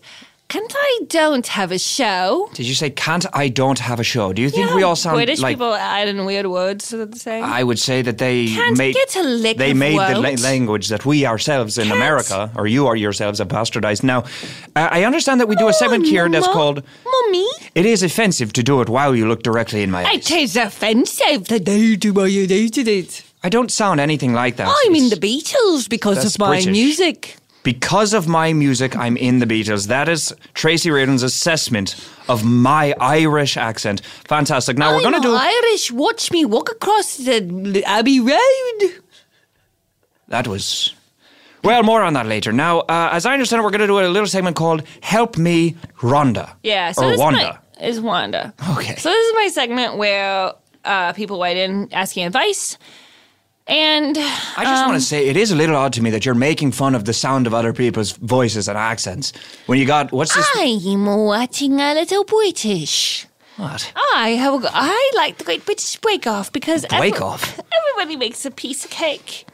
S1: Can't I don't have a show?
S3: Did you say can't I don't have a show? Do you think
S1: You know
S3: we
S1: how
S3: all sound
S1: British
S3: like
S1: people add in weird words to the saying?
S3: I would say that they
S1: Can't
S3: make
S1: get a lick
S3: they
S1: of
S3: made the la-
S1: woat.
S3: language that we ourselves in
S1: Can't.
S3: America or you are yourselves have bastardized. Now, I I understand that we do a segment here that's
S1: Mama.
S3: called
S1: Mummy.
S3: "It is offensive to do it while you look directly in my eyes."
S1: It is offensive that they do what you did it.
S3: I don't sound anything like that.
S1: I'm in
S3: It's-
S1: the Beatles because
S3: That's
S1: of my
S3: British.
S1: music.
S3: Because of my music, I'm in the Beatles. That is Tracy Radin's assessment of my Irish accent. Fantastic. Now we're
S1: I'm
S3: going to do.
S1: Irish. Watch me walk across the Abbey Road.
S3: That was. Well, more on that later. Now, uh, as I understand it, we're going to do a little segment called Help Me Rhonda.
S1: Yeah, so
S3: or
S1: this
S3: Wanda.
S1: Is my, is Wanda.
S3: Okay.
S1: So this is my segment where uh, people write in asking advice, and
S3: I just
S1: um,
S3: want to say it is a little odd to me that you're making fun of the sound of other people's voices and accents when you got what's this?
S1: I'm watching a little British.
S3: what?
S1: I have. I like the Great British Bake Off because
S3: Break
S1: every-
S3: off.
S1: everybody makes a piece of cake.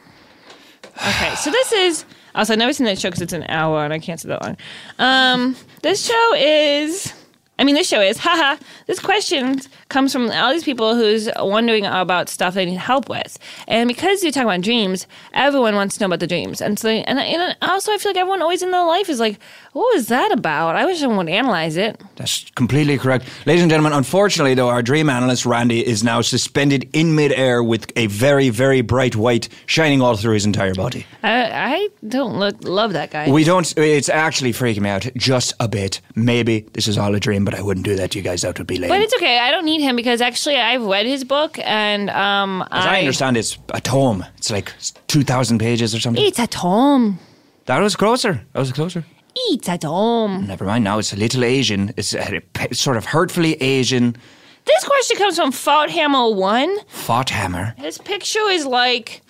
S1: Okay, so this is. Also, I've never seen that show because it's an hour and I can't sit that long. Um, this show is. I mean, this show is. Haha. This question comes from all these people who's wondering about stuff they need help with, and because you talk about dreams, everyone wants to know about the dreams, and so and, and also I feel like everyone always in their life is like, what was that about? I wish someone would analyze it.
S3: That's completely correct. Ladies and gentlemen, unfortunately, though, our dream analyst, Randy, is now suspended in midair with a very, very bright white shining all through his entire body.
S1: I, I don't look, love that guy.
S3: We don't, it's actually freaking me out just a bit. Maybe this is all a dream, but I wouldn't do that to you guys. That would be lame.
S1: But it's okay. I don't need him because actually I've read his book and um
S3: As I understand, it's a tome. It's like 2,000 pages or something.
S1: It's a tome.
S3: That was closer. That was closer.
S1: It's a tome.
S3: Never mind. Now it's a little Asian. It's a, p- sort of hurtfully Asian
S1: This question comes from Fauthamel One.
S3: fought hammer.
S1: His picture is like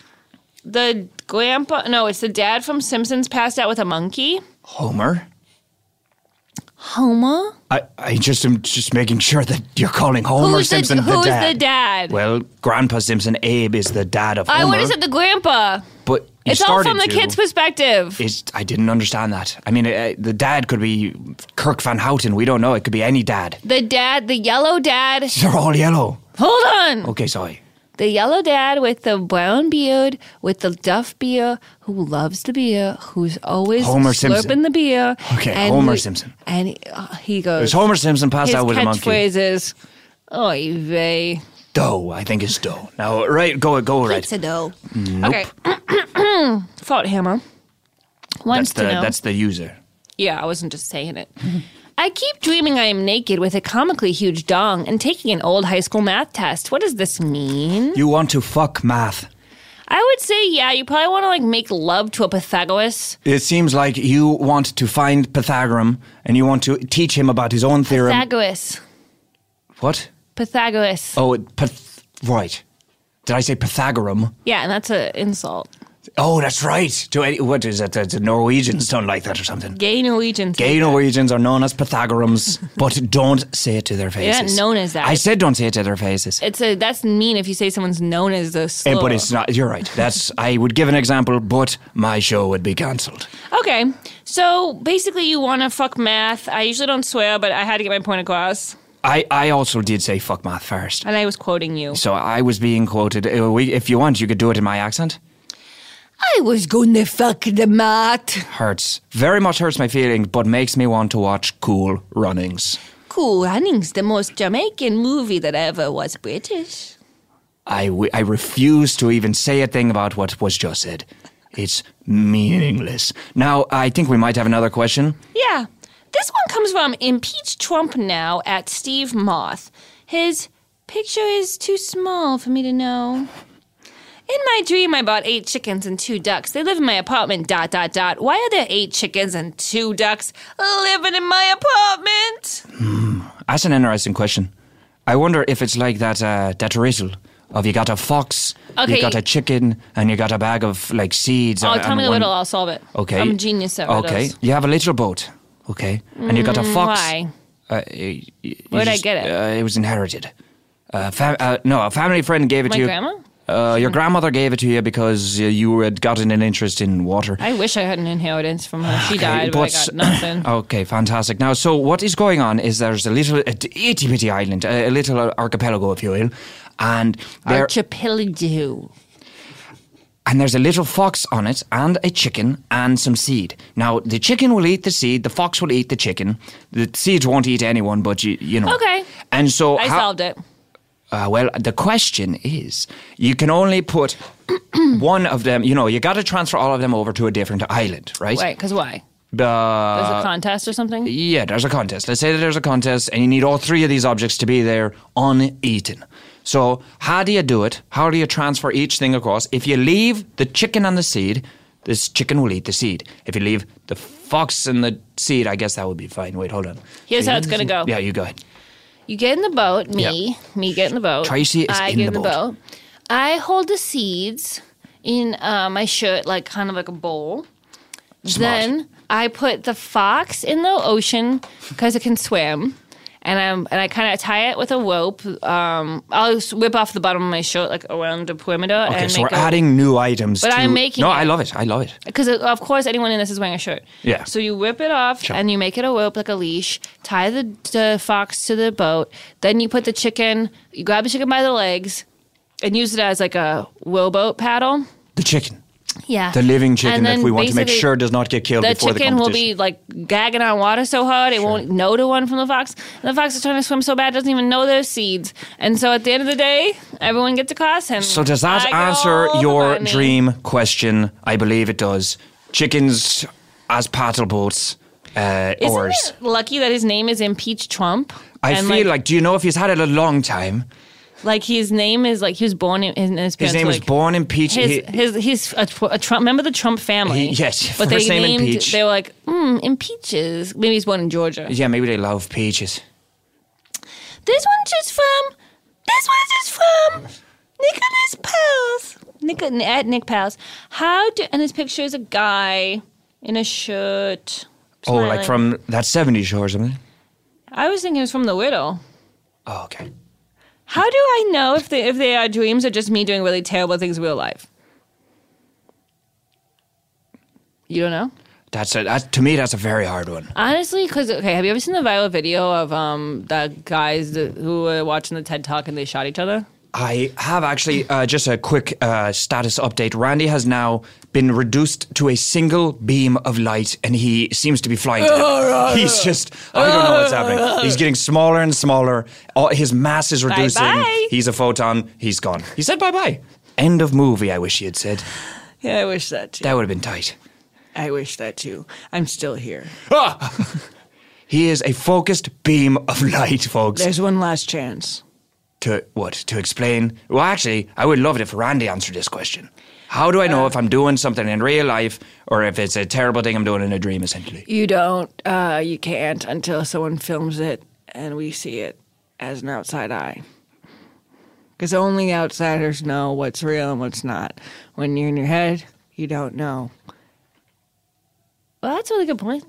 S1: the grandpa. No, it's the dad from Simpsons passed out with a monkey.
S3: Homer.
S1: Homer.
S3: I, I just am just making sure that you're calling Homer
S1: who's
S3: Simpson
S1: the,
S3: the,
S1: who's
S3: dad.
S1: the dad?
S3: Well, Grandpa Simpson Abe is the dad of
S1: I
S3: Homer.
S1: would have said the grandpa.
S3: but you
S1: it's all from
S3: started
S1: the
S3: to.
S1: kid's perspective.
S3: It's- I didn't understand that. I mean, uh, the dad could be Kirk Van Houten. We don't know. It could be any dad.
S1: the dad, the yellow dad.
S3: They're all yellow.
S1: Hold on.
S3: Okay, sorry.
S1: The yellow dad with the brown beard, with the duff beer, who loves the beer, who's always
S3: Homer
S1: slurping
S3: Simpson.
S1: the beer.
S3: Okay, Homer
S1: who-
S3: Simpson.
S1: And he, uh, he goes.
S3: It's Homer Simpson passed
S1: his
S3: out with a monkey.
S1: catchphrase is, "Oy vey,
S3: Dough, I think it's dough. Now, right, go, go, right.
S1: pizza dough." Okay. Fault hammer. Wants
S3: that's the
S1: to know.
S3: that's the user.
S1: Yeah, I wasn't just saying it. I keep dreaming I am naked with a comically huge dong and taking an old high school math test. What does this mean?
S3: You want to fuck math?
S1: I would say, yeah, you probably want to like make love to a Pythagoras.
S3: It seems like you want to find Pythagoras and you want to teach him about his own theorem.
S1: Pythagoras.
S3: what?
S1: Pythagoras.
S3: Oh, it, Pyth- right. Did I say Pythagorum?
S1: Yeah, and that's an insult.
S3: Oh, that's right. To any, what is it? The Norwegians don't like that or something.
S1: Gay Norwegians.
S3: Gay Norwegians are known as Pythagorums, but don't say it to their
S1: not
S3: faces.
S1: known as that.
S3: I said don't say it to their faces.
S1: It's a that's mean if you say someone's known as the
S3: Eh,
S1: slow.
S3: but it's not. You're right. That's. I would give an example, but my show would be cancelled.
S1: Okay, so basically you want to fuck math. I usually don't swear, but I had to get my point across,
S3: I, I also did say fuck math first.
S1: and I was quoting you.
S3: So I was being quoted. uh, we- If you want, you could do it in my accent.
S4: I was gonna fuck the mat.
S3: Hurts. Very much hurts my feelings, but makes me want to watch Cool Runnings.
S1: Cool Runnings, the most Jamaican movie that ever was British.
S3: I, w- I refuse to even say a thing about what was just said. It's meaningless. Now, I think we might have another question.
S1: Yeah. This one comes from Impeach Trump Now at Steve Moth. His picture is too small for me to know. In my dream, I bought eight chickens and two ducks. They live in my apartment, dot, dot, dot. Why are there eight chickens and two ducks living in my apartment?
S3: That's an interesting question. I wonder if it's like that, uh, that riddle of you got a fox,
S1: Okay.
S3: you got a chicken, and you got a bag of like seeds.
S1: Oh,
S3: and-
S1: tell
S3: and
S1: me the
S3: one-
S1: riddle. I'll solve it.
S3: Okay.
S1: I'm a genius at riddles.
S3: Okay. You have a little boat. Okay. And you got a fox.
S1: Why?
S3: Uh, y- y-
S1: Where'd
S3: you
S1: I get it?
S3: Uh, it was inherited. Uh, fam- uh, no, a family friend gave it
S1: My
S3: to you.
S1: grandma?
S3: Uh, your grandmother gave it to you because uh, you had gotten an interest in water.
S1: I wish I had an inheritance from her. She died, but I got nothing.
S3: okay, fantastic. Now, so what is going on is there's a little a t- itty bitty island, a, a little uh, archipelago, if you will, and there
S1: Archipelago.
S3: and there's a little fox on it and a chicken and some seed. Now the chicken will eat the seed, the fox will eat the chicken. The seeds won't eat anyone, but you you know.
S1: Okay.
S3: And so
S1: I
S3: how-
S1: solved it.
S3: Uh, well, the question is, you can only put one of them. You know, you got to transfer all of them over to a different island, right?
S1: Wait, because why?
S3: Uh,
S1: There's a contest or something?
S3: yeah, there's a contest. Let's say that there's a contest, and you need all three of these objects to be there uneaten. So, how do you do it? How do you transfer each thing across? If you leave the chicken on the seed, this chicken will eat the seed. If you leave the fox in the seed, I guess that would be fine. Wait, hold on.
S1: Here's how it's gonna go.
S3: Yeah, you go ahead.
S1: You get in the boat, me, me get in the boat.
S3: Tracy is
S1: I
S3: in
S1: get
S3: the
S1: in the boat. I hold the seeds in uh, my shirt, like kind of like a bowl. Then I put the fox in the ocean because it can swim, and I'm and I kind of tie it with a rope. Um, I'll s- whip off the bottom of my shirt like around the perimeter.
S3: Okay,
S1: and
S3: so we're
S1: make a-
S3: adding new items.
S1: But
S3: to,
S1: I'm making
S3: No,
S1: it.
S3: I love it. I love it.
S1: because of course anyone in this is wearing a shirt.
S3: Yeah.
S1: So you whip it off and you make it a rope like a leash. Tie the, the fox to the boat. Then you put the chicken. You grab the chicken by the legs, and use it as like a rowboat paddle.
S3: The chicken,
S1: Yeah.
S3: the living chicken
S1: And
S3: that
S1: then
S3: we want to make
S1: basically
S3: sure does not get killed
S1: The
S3: before the
S1: chicken
S3: competition.
S1: will be like gagging on water so hard it won't know to one from the fox. And the fox is trying to swim so bad it doesn't even know there's seeds. And so at the end of the day, everyone gets a class. And
S3: So does that
S1: I get
S3: answer
S1: all the
S3: your
S1: money.
S3: dream question? I believe it does. Chickens as paddle boats, uh,
S1: Isn't
S3: oars.
S1: it lucky that his name is impeach Trump?
S3: I
S1: And,
S3: feel like, do you know if he's had it a long time?
S1: Like his name is like he was born in, in his parents.
S3: His name
S1: like,
S3: was born in Peach.
S1: His
S3: he-
S1: his he's a, tw- a Trump. Remember the Trump family?
S3: He- yes,
S1: but
S3: first
S1: they
S3: name
S1: named.
S3: impeach.
S1: They were like, mm, impeaches. Maybe he's born in Georgia.
S3: yeah, maybe they love peaches.
S1: This one's just from. This one's just from Nicholas Pals. Nick at Nick Pals. How do and his picture is a guy in a shirt.
S3: Oh,
S1: smiling.
S3: like from that 70s show or something?
S1: I was thinking it was from The Widow.
S3: Oh, okay.
S1: How do I know if they if they are dreams or just me doing really terrible things in real life? You don't know?
S3: That's a, that, to me, that's a very hard one.
S1: Honestly, because okay, have you ever seen the viral video of um the guys that, who were watching the TED Talk and they shot each other?
S3: I have actually uh, just a quick uh, status update. Randy has now been reduced to a single beam of light, and he seems to be flying. to heaven. He's just, I don't know what's happening. He's getting smaller and smaller. All, his mass is reducing.
S1: Bye-bye.
S3: He's a photon. He's gone. He said bye bye. End of movie, I wish he had said.
S4: Yeah, I wish that too.
S3: That would have been tight.
S4: I wish that too. I'm still here.
S3: He is a focused beam of light, folks.
S4: There's one last chance.
S3: to what? To explain? Well, actually, I would love it if Randy answered this question. How do I know if I'm doing something in real life or if it's a terrible thing I'm doing in a dream, essentially?
S4: You don't, uh, you can't until someone films it and we see it as an outside eye. Because only outsiders know what's real and what's not. When you're in your head, you don't know.
S1: Well, that's a really good point.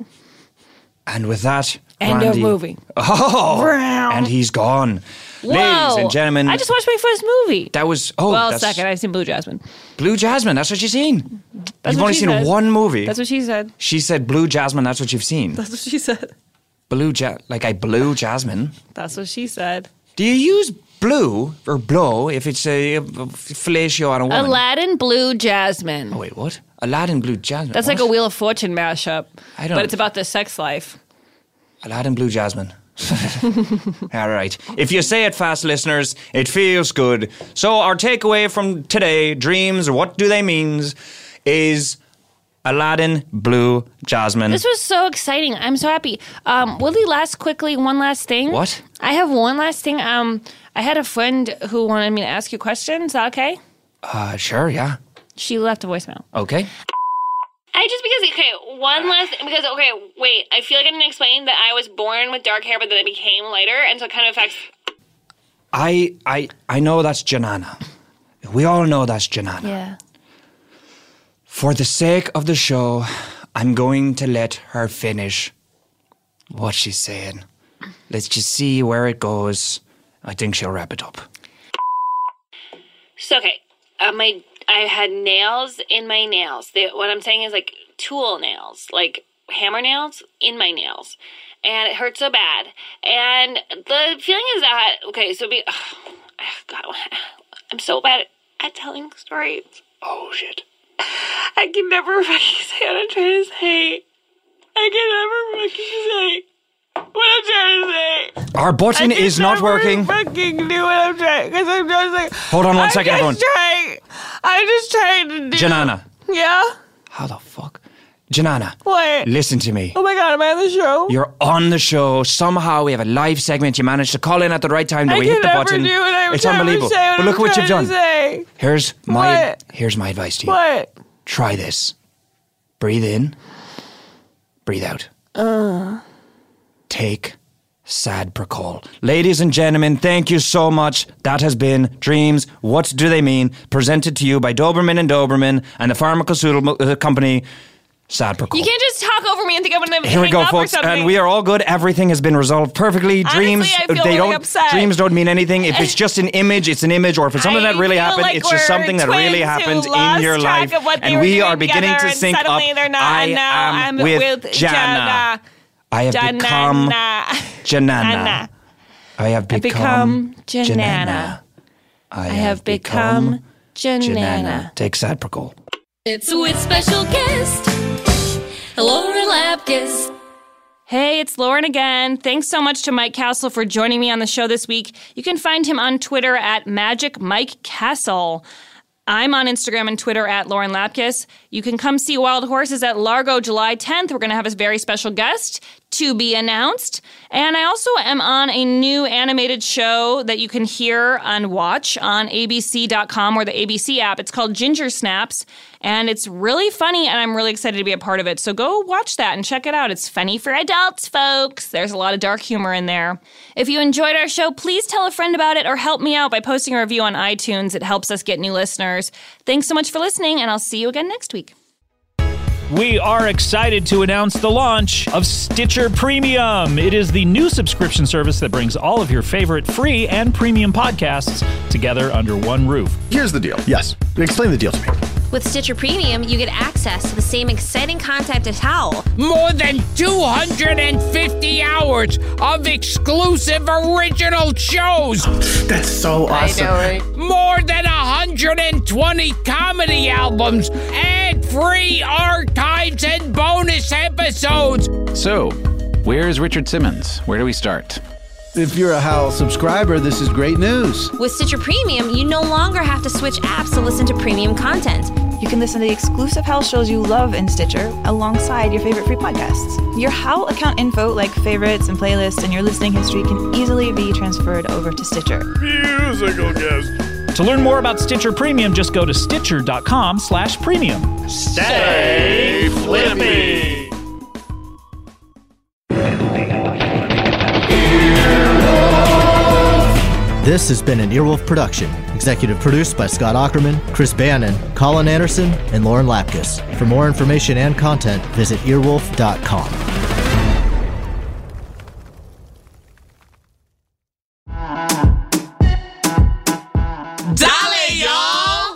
S3: And with that,
S4: End
S3: Randy,
S4: of movie.
S3: Oh, and he's gone. Ladies
S1: Whoa!
S3: and gentlemen,
S1: I just watched my first movie.
S3: that was oh,
S1: well,
S3: that's
S1: second, I've seen Blue Jasmine.
S3: Blue Jasmine. That's what you've seen.
S1: That's
S3: you've
S1: what
S3: only
S1: she
S3: seen
S1: said.
S3: one movie.
S1: That's what she said.
S3: she said. Blue Jasmine. That's what you've seen.
S1: That's what she said.
S3: Blue ja- like I blue Jasmine.
S1: That's what she said.
S3: Do you use blue or blow if it's a, a fellatio on a woman?
S1: Aladdin Blue Jasmine.
S3: Wait, what? Aladdin Blue Jasmine.
S1: That's like a
S3: What?
S1: Wheel of Fortune mashup.
S3: I don't-
S1: But it's about the sex life.
S3: Aladdin Blue Jasmine. All right. If you say it fast, listeners, it feels good. So, our takeaway from today dreams, what do they mean? Is Aladdin Blue Jasmine.
S1: This was so exciting. I'm so happy. Um, Willie, last quickly, one last thing.
S3: What?
S1: I have one last thing. Um, I had a friend who wanted me to ask you questions. Is that okay?
S3: uh, sure, yeah.
S1: She left a voicemail.
S3: Okay.
S12: I just because okay, one last because okay, wait. I feel like I didn't explain that I was born with dark hair, but then it became lighter, and so it kind of affects.
S3: I, I, I know that's Janana. We all know that's Janana.
S1: Yeah.
S3: For the sake of the show, I'm going to let her finish what she's saying. Let's just see where it goes. I think she'll wrap it up.
S12: So okay, uh, my I had nails in my nails. They, what I'm saying is like tool nails, like hammer nails in my nails, and it hurt so bad. And the feeling is that okay. So be, oh, God, I'm so bad at telling stories.
S9: Oh, shit.
S12: I can never fucking say what I'm trying to say. I can never fucking say what I'm trying to say.
S3: Our button
S4: I just
S3: is not
S4: don't really
S3: working.
S4: Fucking do what I'm trying because I'm just like.
S3: Hold on one
S4: I'm
S3: second,
S4: just
S3: everyone.
S4: Trying, I'm just trying to do.
S3: Janana.
S4: Yeah.
S3: How the fuck? Janana.
S4: What?
S3: Listen to me.
S4: Oh my god, am I on the show?
S3: You're on the show. Somehow we have a live segment. You managed to call in at the right time. That
S4: I
S3: we
S4: can
S3: hit the
S4: never
S3: button.
S4: do what I'm
S3: it's
S4: trying to
S3: unbelievable.
S4: say, what
S3: but look
S4: I'm
S3: what you've done.
S4: trying to say.
S3: Here's my
S4: What?
S3: here's my advice to you.
S4: What?
S3: Try this. Breathe in. Breathe out.
S1: Uh.
S3: Take sad procol. Ladies and gentlemen, thank you so much. That has been Dreams. What do they mean? Presented to you by Doberman and Doberman and the pharmaceutical uh, company. Sad procol.
S1: You can't just talk over me and think I'm going to
S3: Here
S1: hang
S3: we go,
S1: up
S3: folks,
S1: or something.
S3: and we are all good. Everything has been resolved perfectly.
S1: Honestly,
S3: dreams,
S1: I feel
S3: they
S1: really
S3: don't.
S1: upset.
S3: Dreams don't mean anything. If it's just an image, it's an image, or if it's something
S1: I
S3: that really
S1: feel
S3: happened,
S1: like
S3: it's
S1: we're
S3: just something that really
S1: twins who
S3: happened in
S1: lost
S3: your
S1: track
S3: life.
S1: of what they
S3: and
S1: were
S3: we
S1: doing
S3: are beginning
S1: together
S3: to
S1: and
S3: sync up.
S1: suddenly they're not,
S3: I
S1: and now
S3: am
S1: I'm
S3: with,
S1: with
S3: Jana.
S1: Jana.
S3: I have become
S1: Janana.
S3: Janana.
S1: Jana.
S3: I have become
S1: become Janana.
S3: Janana. I
S1: I have become Janana.
S3: Janana. Take Sadpracol.
S12: It's with special guest, Laura Lapkus.
S1: Hey, it's Lauren again. Thanks so much to Mike Castle for joining me on the show this week. You can find him on Twitter at Magic Mike Castle. I'm on Instagram and Twitter at Lauren Lapkus. You can come see Wild Horses at Largo July 10th. We're going to have a very special guest to be announced. And I also am on a new animated show that you can hear and watch on abc.com or the ABC app. It's called Ginger Snaps, and it's really funny, and I'm really excited to be a part of it. So go watch that and check it out. It's funny for adults, folks. There's a lot of dark humor in there. If you enjoyed our show, please tell a friend about it or help me out by posting a review on iTunes. It helps us get new listeners. Thanks so much for listening, and I'll see you again next week.
S16: We are excited to announce the launch of Stitcher Premium. It is the new subscription service that brings all of your favorite free and premium podcasts together under one roof.
S17: Here's the deal. Yes. Explain the deal to me.
S2: With Stitcher Premium, you get access to the same exciting content as Howl,
S18: More than 250 hours of exclusive original shows.
S17: That's so awesome.
S18: More than 120 comedy albums. And free archives and bonus episodes.
S19: So, where's Richard Simmons? Where do we start?
S17: If you're a Howl subscriber, this is great news.
S2: With Stitcher Premium, you no longer have to switch apps to listen to premium content.
S12: You can listen to the exclusive Howl shows you love in Stitcher alongside your favorite free podcasts. Your Howl account info, like favorites and playlists, and your listening history can easily be transferred over to Stitcher.
S18: Musical guest.
S16: To learn more about Stitcher Premium, just go to stitcher.com slash premium.
S18: Stay flippy.
S17: This has been an Earwolf production, executive produced by Scott Ackerman, Chris Bannon, Colin Anderson, and Lauren Lapkus. For more information and content, visit earwolf.com.
S18: Dale, y'all!